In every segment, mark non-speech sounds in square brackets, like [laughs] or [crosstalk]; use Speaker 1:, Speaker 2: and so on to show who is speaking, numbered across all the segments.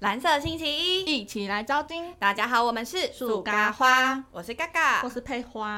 Speaker 1: 蓝色星期一，
Speaker 2: 一起来招金，
Speaker 1: 大家好，我们是
Speaker 2: 树
Speaker 1: 咖
Speaker 2: 咖
Speaker 1: 花，我是嘎嘎啊
Speaker 2: 或，是配花。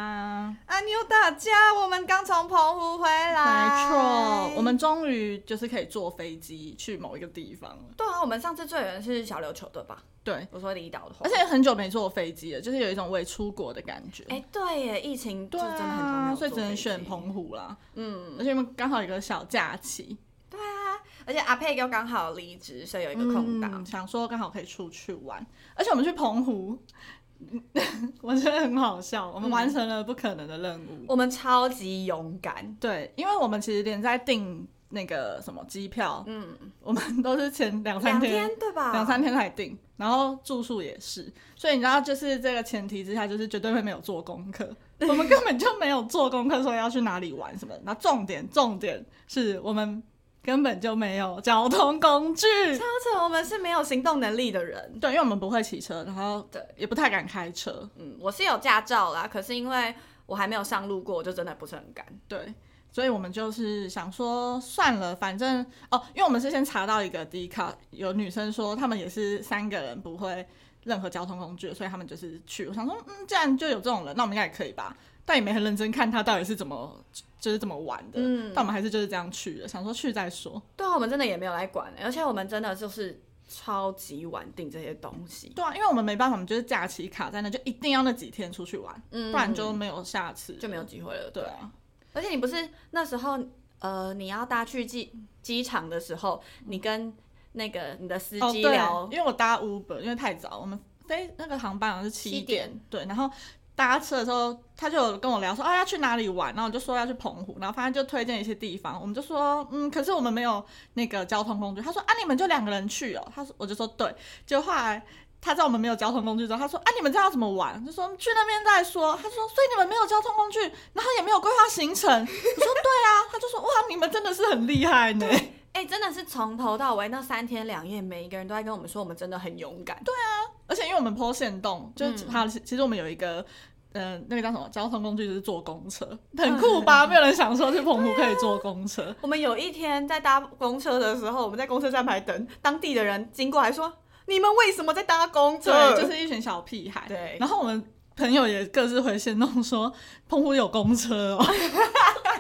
Speaker 1: 阿妞大家，我们刚从澎湖回来，
Speaker 2: 没错，我们终于就是可以坐飞机去某一个地方了。
Speaker 1: 对啊，我们上次最远是小琉球对吧？
Speaker 2: 对，
Speaker 1: 我说离岛的话，
Speaker 2: 而且很久没坐飞机了，就是有一种未出国的感觉。
Speaker 1: 哎、对耶，疫情就
Speaker 2: 对
Speaker 1: 真的很久没
Speaker 2: 啊，
Speaker 1: 有
Speaker 2: 所以只
Speaker 1: 坐
Speaker 2: 能
Speaker 1: 飞
Speaker 2: 选
Speaker 1: 机
Speaker 2: 澎湖啦。
Speaker 1: 嗯，
Speaker 2: 而且我们刚好有一个小假期，
Speaker 1: 对啊，而且阿佩又刚好离职，所以有一个空档、
Speaker 2: 嗯，想说刚好可以出去玩。而且我们去澎湖， [laughs] 我觉得很好笑，我们完成了不可能的任务。
Speaker 1: 嗯我们超级勇敢，
Speaker 2: 对，因为我们其实连在订那个什么机票，
Speaker 1: 嗯，
Speaker 2: 我们都是前两三
Speaker 1: 两
Speaker 2: 天
Speaker 1: 天对吧？
Speaker 2: 两三天才定，然后住宿也是，所以你知道，就是这个前提之下，就是绝对会没有做功课。我们根本就没有做功课，说要去哪里玩什么的。那重点重点是我们根本就没有交通工具，
Speaker 1: 超扯，我们是没有行动能力的人。
Speaker 2: 对，因为我们不会骑车，然后
Speaker 1: 对
Speaker 2: 也不太敢开车，
Speaker 1: 嗯，我是有驾照啦，可是因为我还没有上路过，我就真的不是很敢。
Speaker 2: 对，所以我们就是想说算了，反正哦，因为我们是先查到一个 D 卡，有女生说她们也是三个人不会任何交通工具，所以他们就是去。我想说，嗯，既然就有这种人，那我们应该也可以吧？但也没很认真看他到底是怎么就是怎么玩的，
Speaker 1: 嗯
Speaker 2: 但我们还是就是这样去的，想说去再说。
Speaker 1: 对啊，我们真的也没有来管，而且我们真的就是超级晚定这些东西，
Speaker 2: 对啊，因为我们没办法，我们就是假期卡在那，就一定要那几天出去玩，
Speaker 1: 嗯
Speaker 2: 不然就没有下次
Speaker 1: 就没有。机会了。
Speaker 2: 对啊，
Speaker 1: 而且你不是那时候呃，你要搭去机机场的时候，你跟那个你的司
Speaker 2: 哦，
Speaker 1: 机
Speaker 2: 对
Speaker 1: 聊，
Speaker 2: 因为我搭 Uber，因为太早，我们飞那个航班好像是七
Speaker 1: 7
Speaker 2: 点
Speaker 1: 点，
Speaker 2: 对，然后搭车的时候，他就有跟我聊说，啊，要去哪里玩，然后我就说要去澎湖，然后反正就推荐一些地方，我们就说，嗯，可是我们没有那个交通工具，他说啊，你们就两个人去哦，他说，我就说对，结果后来。他知道我们没有交通工具之后，他说：“啊，你们知道怎么玩？”就说嗯去那边再说。他说：“所以你们没有交通工具，然后也没有规划行程。”我说：“对啊。”他就说：“哇，你们真的是很厉害呢。”
Speaker 1: 哎、真的是从头到尾那三天两夜，每一个人都在跟我们说，我们真的很勇敢。对，
Speaker 2: 而且因为我们坡线动，就是它、其实我们有一个。呃，那个叫什么交通工具就是坐公车， [laughs] 很酷吧？没有人想说去澎湖可以坐公 [laughs] 车，
Speaker 1: 我们有一天在搭公车的时候，我们在公车站牌等，当地的人经过还说：“你们为什么在搭公车？”
Speaker 2: 对，就是一群小屁孩。
Speaker 1: 对
Speaker 2: 然后我们朋友也各自回线弄说，澎湖有公车哦，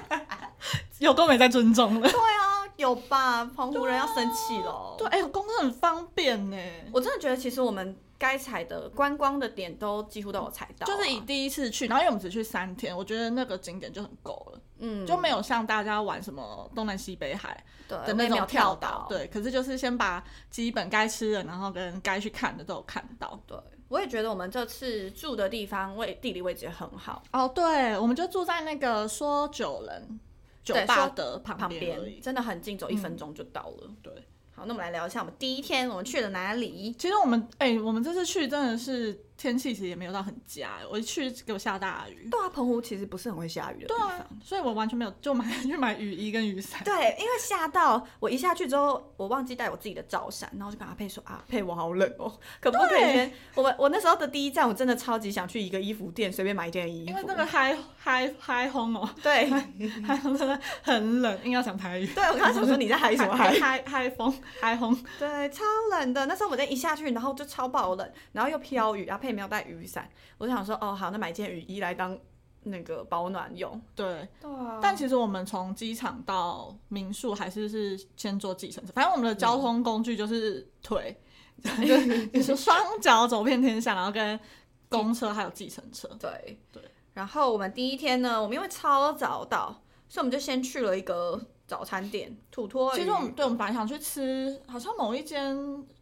Speaker 2: [laughs] 有够没在尊重了。
Speaker 1: 对啊，有吧？澎湖人要生气了。
Speaker 2: 对，哎、公车很方便呢，
Speaker 1: 我真的觉得其实我们该踩的观光的点都几乎都有踩到啊、
Speaker 2: 就是以第一次去，然后因为我们只去三天，我觉得那个景点就很够了，
Speaker 1: 嗯
Speaker 2: 就没有像大家玩什么东南西北海，
Speaker 1: 对
Speaker 2: 的
Speaker 1: 我们
Speaker 2: 那
Speaker 1: 也没
Speaker 2: 种
Speaker 1: 有
Speaker 2: 跳
Speaker 1: 呃跳
Speaker 2: 岛，对，可是就是先把基本该吃的，然后跟该去看的都有看到。
Speaker 1: 对，我也觉得我们这次住的地方位地理位置也很好，
Speaker 2: 哦，对，我们就住在那个说酒人酒
Speaker 1: 对
Speaker 2: 吧
Speaker 1: 说
Speaker 2: 的旁
Speaker 1: 旁
Speaker 2: 边而已
Speaker 1: 边。真的很近，走一分钟就到了。
Speaker 2: 对，
Speaker 1: 好，那我们来聊一下我们第一天我们去了哪里。
Speaker 2: 其实我们哎、我们这次去真的是天气其实也没有到很佳，我一去给我下大雨。
Speaker 1: 对啊，澎湖其实不是很会下雨的地
Speaker 2: 对
Speaker 1: 方。
Speaker 2: 啊，所以我完全没有就买 [laughs] 去买雨衣跟雨伞。
Speaker 1: 对，因为吓到我一下去之后，我忘记带我自己的罩衫，然后我就跟阿佩说：“啊，佩，我好冷哦，可不可以
Speaker 2: 对
Speaker 1: 先？”我们我那时候的第一站，我真的超级想去一个衣服店随便买一件衣服，嗯
Speaker 2: 因为那个嗨嗨嗨烘哦，
Speaker 1: [laughs] 对
Speaker 2: [laughs] 嗨烘真的很冷，硬要讲台语。
Speaker 1: 对，我刚才想说你在嗨什么嗨？
Speaker 2: 嗨嗨风嗨烘，
Speaker 1: 对，超冷的。那时候我在一下去，然后就超爆冷，然后又飘雨，阿佩没有带雨伞，我就想说：“哦，好，那买一件雨衣来当那个保暖用。
Speaker 2: 对，”
Speaker 1: 对啊
Speaker 2: 但其实我们从机场到民宿还是是先坐计程车，反正我们的交通工具就是
Speaker 1: [laughs]
Speaker 2: 腿，就是你说双脚走遍天下，然后跟公车还有计程车。
Speaker 1: 对
Speaker 2: 对。
Speaker 1: 然后我们第一天呢，我们因为超早到，所以我们就先去了一个早餐店土托鱼。
Speaker 2: 其实我们对我们本来想去吃，好像某一间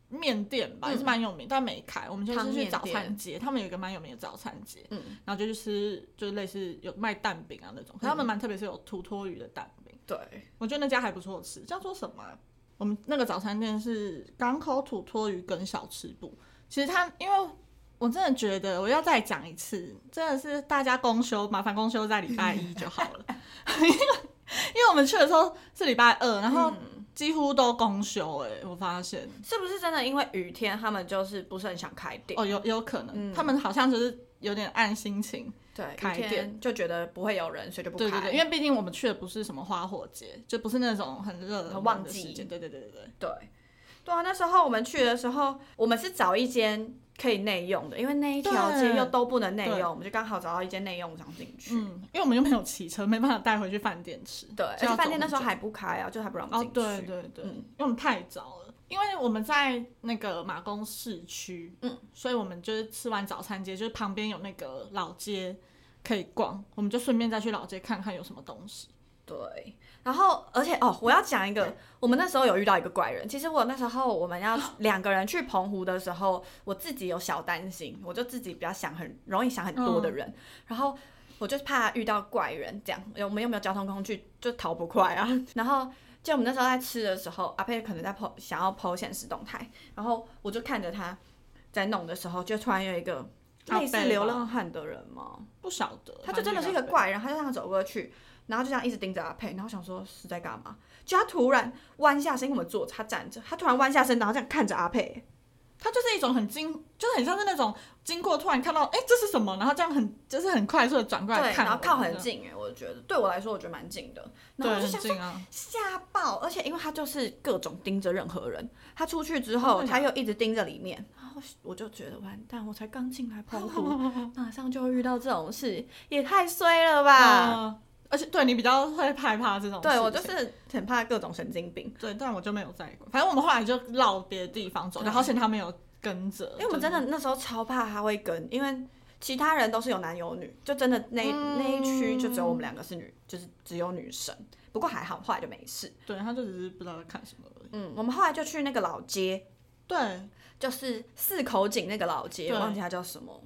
Speaker 2: 面店吧，
Speaker 1: 嗯
Speaker 2: 也是蛮有名，但没开。我们就是
Speaker 1: 汤面
Speaker 2: 去
Speaker 1: 店
Speaker 2: 早餐街，他们有一个蛮有名的早餐街，
Speaker 1: 嗯，
Speaker 2: 然后就去吃，就是类似有卖蛋饼啊那种，可是
Speaker 1: 嗯
Speaker 2: 他们蛮特别，是有土托鱼的蛋饼，
Speaker 1: 对，
Speaker 2: 我觉得那家还不错吃，叫做什么啊、我们那个早餐店是港口土托鱼跟小吃部。其实它，因为我真的觉得我要再讲一次，真的是大家公休，麻烦公休在礼拜一就好了， [laughs] 因为因为我们去的时候是礼拜二，然后
Speaker 1: 嗯
Speaker 2: 几乎都公休、哎，我发现
Speaker 1: 是不是真的因为雨天，他们就是不是很想开店？
Speaker 2: 哦，有有可能、
Speaker 1: 嗯
Speaker 2: 他们好像就是有点按心情，
Speaker 1: 对，
Speaker 2: 开
Speaker 1: 雨天
Speaker 2: 店
Speaker 1: 就觉得不会有人，所以就不开。
Speaker 2: 对对对，因
Speaker 1: 为
Speaker 2: 为毕竟我们去的不是什么花火节，就不是那种很热
Speaker 1: 很
Speaker 2: 门
Speaker 1: 旺
Speaker 2: 的
Speaker 1: 季
Speaker 2: 时间，对对对对对。
Speaker 1: 对。对啊，那时候我们去的时候，我们是找一间可以内用的，因为那一条街
Speaker 2: 对
Speaker 1: 又都不能内
Speaker 2: 对
Speaker 1: 用，我们就刚好找到一间内用，我们想进去。
Speaker 2: 嗯，因为我们又没有骑车，没办法带回去饭店吃。
Speaker 1: 对，而
Speaker 2: 就要
Speaker 1: 且饭
Speaker 2: 走
Speaker 1: 店那
Speaker 2: 很
Speaker 1: 时候
Speaker 2: 久
Speaker 1: 还不开啊，就还不让我
Speaker 2: 哦
Speaker 1: 们，进去。
Speaker 2: 对对对，
Speaker 1: 嗯
Speaker 2: 因为我们太早了，因为我们在那个马公市区，
Speaker 1: 嗯，
Speaker 2: 所以我们就是吃完早餐街，就是旁边有那个老街可以逛，我们就顺便再去老街看看有什么东西。
Speaker 1: 对，然后而且哦，我要讲一个，我们那时候有遇到一个怪人。其实我那时候我们要
Speaker 2: 哦
Speaker 1: 两个人去澎湖的时候，我自己有小担心，我就自己比较想很容易想很多
Speaker 2: 嗯
Speaker 1: 的人，然后我就怕遇到怪人这样。我们又没有交通工具，就逃不快啊。 [laughs] 然后就我们那时候在吃的时候，阿佩可能在 po 想要 po 现实动态，然后我就看着他在弄的时候，就突然有一个
Speaker 2: 阿
Speaker 1: 类似
Speaker 2: 伯
Speaker 1: 流
Speaker 2: 吧
Speaker 1: 浪汉的人嘛，
Speaker 2: 哦不晓得，
Speaker 1: 他就真的是一个
Speaker 2: 反正
Speaker 1: 怪人，他就这样走过去，然后就这样一直盯着阿佩，然后想说是在干嘛？就他突然弯下身，因为我们坐着，他站着，他突然弯下身，然后这样看着阿佩，
Speaker 2: 他就是一种很惊，就是很像是那种经过突然看到，哎、这是什么？然后这样很就是很快速的转过来
Speaker 1: 对，
Speaker 2: 看
Speaker 1: 然
Speaker 2: 我
Speaker 1: 后
Speaker 2: 们这
Speaker 1: 靠
Speaker 2: 样，
Speaker 1: 很近哎，我觉得对我来说我觉得蛮近的，然后我就
Speaker 2: 对，
Speaker 1: 想
Speaker 2: 很近啊。
Speaker 1: 吓爆，而且因为他就是各种盯着任何人，他出去之后
Speaker 2: 哦真的啊
Speaker 1: 他
Speaker 2: 假
Speaker 1: 又一直盯着里面，然后我就觉得完蛋，我才刚进来澎
Speaker 2: [laughs]
Speaker 1: 湖，马上就遇到这种事，也太衰了吧！
Speaker 2: 嗯而且对你比较会害怕这种事情，
Speaker 1: 啊对我就是很怕各种神经病。
Speaker 2: 对，但我就没有在过。反正我们后来就绕别的地方走，
Speaker 1: 对
Speaker 2: 然后而且他没有跟着，
Speaker 1: 因为我们真的那时候超怕他会跟，因为其他人都是有男有女，就真的那、
Speaker 2: 嗯
Speaker 1: 那一区就只有我们两个是女，就是只有女生。不过还好，后来就没事。
Speaker 2: 对，他就只是不知道在看什么而已。
Speaker 1: 嗯，我们后来就去那个老街，
Speaker 2: 对
Speaker 1: 就是四口井那个老街，
Speaker 2: 对
Speaker 1: 我忘记它叫什么。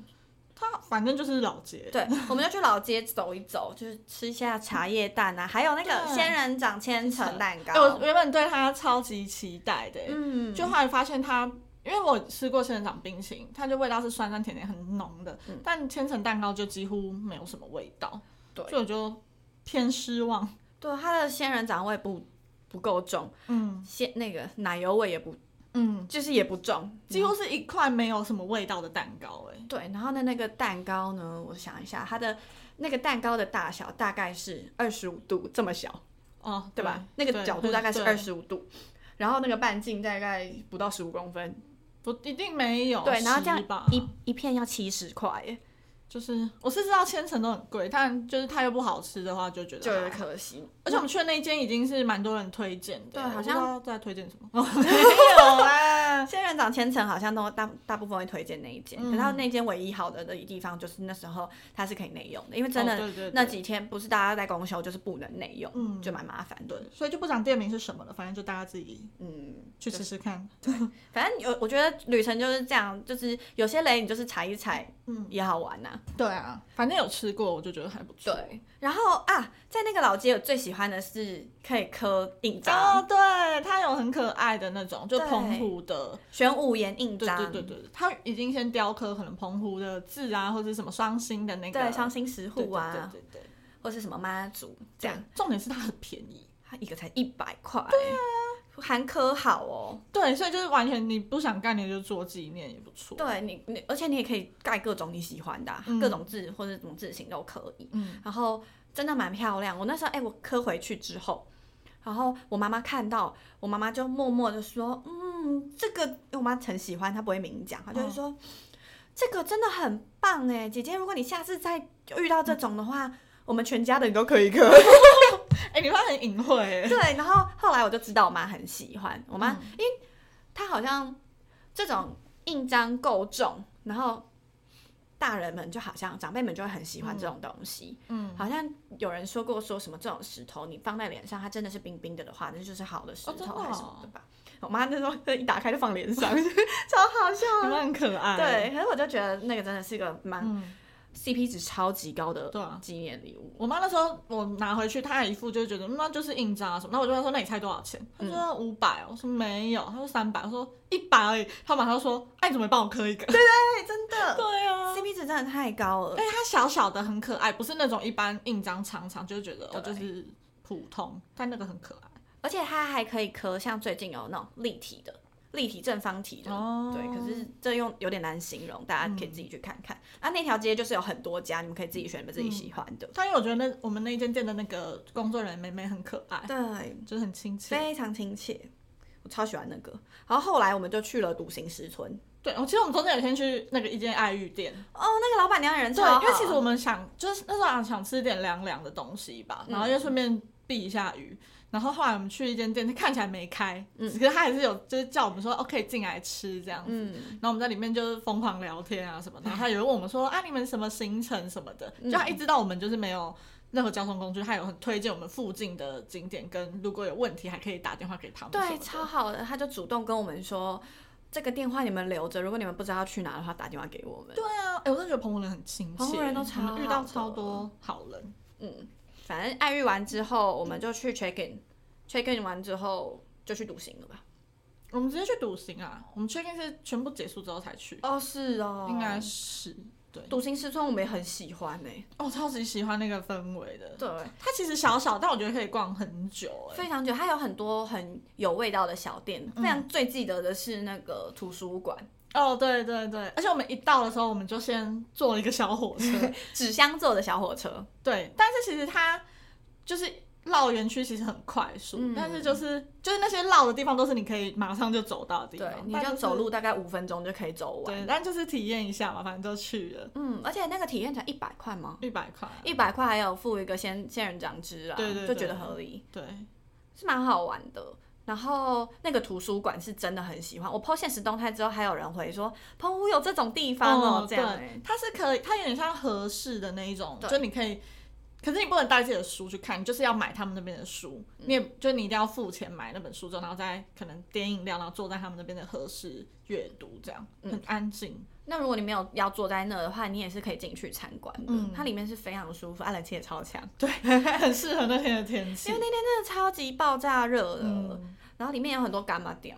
Speaker 2: 他反正就是老街，
Speaker 1: 对，我们就去老街走一走，就是吃一下茶叶蛋啊，还有那个
Speaker 2: 对
Speaker 1: 仙人掌千层蛋
Speaker 2: 哎、我
Speaker 1: 糕。
Speaker 2: 原本对他超级期待的、欸
Speaker 1: 嗯，
Speaker 2: 就后来发现他。因为我吃过仙人掌冰淇淋，它就味道是酸酸甜甜，很浓的。
Speaker 1: 嗯
Speaker 2: 但千层蛋糕就几乎没有什么味道，
Speaker 1: 对
Speaker 2: 所以我就偏失望。
Speaker 1: 对，它的仙人掌味不不够重，
Speaker 2: 嗯
Speaker 1: 鲜那个奶油味也不，
Speaker 2: 嗯，
Speaker 1: 就是也不重，
Speaker 2: 几乎是一块没有什么味道的蛋糕、哎，
Speaker 1: 对，然后呢，那个蛋糕呢，我想一下，它的那个蛋糕的大小大概是二十五度这么小，
Speaker 2: 哦，
Speaker 1: 对吧？那个
Speaker 2: 对
Speaker 1: 角度大概是
Speaker 2: 对
Speaker 1: 二十五度，然后那个半径大概不到十五公分，
Speaker 2: 不一定没有，
Speaker 1: 对，然后这样
Speaker 2: 10吧
Speaker 1: 一一片要七十块耶，
Speaker 2: 就是我是知道千层都很贵，但就是它又不好吃的话，就觉得
Speaker 1: 就有
Speaker 2: 还
Speaker 1: 点
Speaker 2: 好
Speaker 1: 可惜。
Speaker 2: 而且我们去的那一间已经是蛮多人推荐的，
Speaker 1: 对
Speaker 2: 我
Speaker 1: 好
Speaker 2: 不知
Speaker 1: 像
Speaker 2: 道在推荐什么，哦没有
Speaker 1: [laughs]
Speaker 2: 啊，
Speaker 1: 仙人掌千层好像都大大部分会推荐那一间，
Speaker 2: 嗯
Speaker 1: 可是它那间唯一好的的地方就是那时候它是可以内用的，因为真
Speaker 2: 哦
Speaker 1: 的
Speaker 2: 对对对
Speaker 1: 那几天不是大家在公休就是不能内用，
Speaker 2: 嗯
Speaker 1: 就蛮麻烦的。
Speaker 2: 对，所以就不讲店名是什么了，反正就大家自己
Speaker 1: 嗯，
Speaker 2: 去吃吃看，
Speaker 1: 反正有，我觉得旅程就是这样，就是有些雷你就是踩一踩，嗯，也好玩呐、
Speaker 2: 对啊，反正有吃过，我就觉得还不错，
Speaker 1: 对，然后啊，在那个老街，我最喜欢的是可以刻印章，
Speaker 2: 哦，对，它有很可爱的那种，就
Speaker 1: 对嗯
Speaker 2: 澎湖的
Speaker 1: 玄武岩印
Speaker 2: 对
Speaker 1: 章，
Speaker 2: 对对对，对它已经先雕刻可能澎湖的字啊，或者什么双星的那个
Speaker 1: 对伤心石
Speaker 2: 对
Speaker 1: 斛啊，
Speaker 2: 对对对对，
Speaker 1: 或是什么妈祖这样，
Speaker 2: 对。重点是它很便宜，
Speaker 1: 它一个才一百块，对啊，还刻好哦，
Speaker 2: 对，所以就是完全你不想干，你就做纪念也不错。
Speaker 1: 对你你，而且你也可以盖各种你喜欢的啊、
Speaker 2: 嗯
Speaker 1: 各种字或者什么字型都可以，
Speaker 2: 嗯，
Speaker 1: 然后真的蛮漂亮。我那时候哎、我刻回去之后，然后我妈妈看到，我妈妈就默默的说，嗯，这个因为我妈很喜欢，她不会明讲，她
Speaker 2: 嗯
Speaker 1: 就会说。这个真的很棒哎，姐姐，如果你下次再遇到这种的话，我们全家的你都可以刻。
Speaker 2: 哎、你发现很隐晦欸，
Speaker 1: 对，然后后来我就知道我妈很喜欢
Speaker 2: 嗯
Speaker 1: 我妈，因为她好像这种印章够重，然后大人们就好像长辈们就会很喜欢这种东西。
Speaker 2: 嗯，
Speaker 1: 好像有人说过说什么这种石头你放在脸上，它真的是冰冰的的话，那就是好的石
Speaker 2: 真的
Speaker 1: 头还是什
Speaker 2: 哦
Speaker 1: 么的吧。我妈那时候一打开就放脸上，超好笑。
Speaker 2: 你发现很可 [laughs] 爱。，
Speaker 1: 对，可是我就觉得那个真的是个蛮
Speaker 2: 嗯，
Speaker 1: CP 值超级高的
Speaker 2: 对啊
Speaker 1: 纪念礼物。
Speaker 2: 我妈那时候我拿回去，她还一副就觉得嗯那就是印章啊什么，那我就问她说那你猜多少钱？
Speaker 1: 嗯
Speaker 2: 她说五百、哦我说没有，她说三百，我说一百而已，她马上说哎、你怎么没帮我刻一个？对
Speaker 1: 对，真的
Speaker 2: [laughs] 啊。
Speaker 1: ，CP 值真的太高了
Speaker 2: 而。且它小小的很可爱，不是那种一般印章长长，就是觉得哦
Speaker 1: 对
Speaker 2: 就是普通，但那个很可爱。
Speaker 1: 而且它还可以刻，像最近有那种立体的、立体正方体的，
Speaker 2: 哦
Speaker 1: 对。可是这用有点难形容，大家可以自己去看
Speaker 2: 嗯
Speaker 1: 看。啊，那条街就是有很多家，你们可以自己选你们自己喜欢的。
Speaker 2: 但因为我觉得那我们那一间店的那个工作人员妹妹很可爱，
Speaker 1: 对，
Speaker 2: 就是很亲切。
Speaker 1: 非常亲切。我超喜欢那个。然后后来我们就去了独行石村，
Speaker 2: 对，我其实我们中间有一天去那个一间爱玉店，
Speaker 1: 哦，那个老板娘人
Speaker 2: 对
Speaker 1: 超好，，啊
Speaker 2: 因为其实我们想就是那时候想想吃点凉凉的东西吧，
Speaker 1: 嗯
Speaker 2: 然后又顺便避一下雨。然后后来我们去一间店，它看起来没开，嗯、可是它还是有，就是叫我们说哦可以进来吃这样子。
Speaker 1: 嗯
Speaker 2: 然后我们在里面就是疯狂聊天啊什
Speaker 1: [laughs]
Speaker 2: 么的，然后他有人问我们说啊你们什么行程什么的，
Speaker 1: 嗯
Speaker 2: 就他一知道我们就是没有任何交通工具，他有很推荐我们附近的景点，跟如果有问题还可以打电话给他们什么
Speaker 1: 对，
Speaker 2: 的。
Speaker 1: 超好的，他就主动跟我们说，这个电话你们留着，如果你们不知道要去哪的话，打电话给我们。
Speaker 2: 对啊，哎、我真的觉得澎湖人很亲切，
Speaker 1: 澎湖人都超
Speaker 2: 我们遇到
Speaker 1: 好
Speaker 2: 超
Speaker 1: 的
Speaker 2: 多好人。
Speaker 1: 反正爱玉完之后，我们就去 check in，check in 完之后就去独行了吧？
Speaker 2: 我们直接去独行啊，我们 check in 是全部结束之后才去，
Speaker 1: 哦，是哦
Speaker 2: 应该是对。
Speaker 1: 独行石村我们也很喜欢欸呢、
Speaker 2: 哦，超级喜欢那个氛围的，
Speaker 1: 对，
Speaker 2: 它其实小小，但我觉得可以逛很久哎、
Speaker 1: 非常久，它有很多很有味道的小店。非
Speaker 2: 嗯
Speaker 1: 常最记得的是那个图书馆，
Speaker 2: 哦，对对对，而且我们一到的时候，我们就先坐了一个小火
Speaker 1: [laughs]
Speaker 2: 车，
Speaker 1: 纸箱做的小火车，
Speaker 2: 对，但是其实它就是绕园区其实很快速，
Speaker 1: 嗯
Speaker 2: 但是就是就是那些绕的地方都是你可以马上就走到的地
Speaker 1: 对
Speaker 2: 方，，
Speaker 1: 你
Speaker 2: 但
Speaker 1: 就是走，路大概五分钟就可以走完。
Speaker 2: 对，但就是体验一下嘛，反正就去了，
Speaker 1: 嗯，而且那个体验才一百块吗？
Speaker 2: 一百块，
Speaker 1: 一百块还有付一个仙仙人掌汁啊，
Speaker 2: 对对
Speaker 1: 就
Speaker 2: 对
Speaker 1: 觉得合理，
Speaker 2: 对，
Speaker 1: 是蛮好玩的。然后那个图书馆是真的很喜欢，我 PO 现实动态之后，还有人回说澎湖有这种地方哦，
Speaker 2: 哦
Speaker 1: 这样、
Speaker 2: 对
Speaker 1: 欸。
Speaker 2: 它是可以，它有点像合适的那一种，
Speaker 1: 对
Speaker 2: 就你可以，可是你不能带自己的书去看，你就是要买他们那边的书，
Speaker 1: 嗯
Speaker 2: 你也就你一定要付钱买那本书之后，然后再可能点饮料，然后坐在他们那边的合适阅读，这样
Speaker 1: 嗯
Speaker 2: 很安静。 [laughs]
Speaker 1: 那如果你没有要坐在那的话，你也是可以进去参观的，
Speaker 2: 嗯
Speaker 1: 它里面是非常舒服，啊，冷气也超强，
Speaker 2: 很适合那天的天气
Speaker 1: 因为。那天真的超级爆炸热的，
Speaker 2: 嗯，
Speaker 1: 然后里面有很多干嘛店，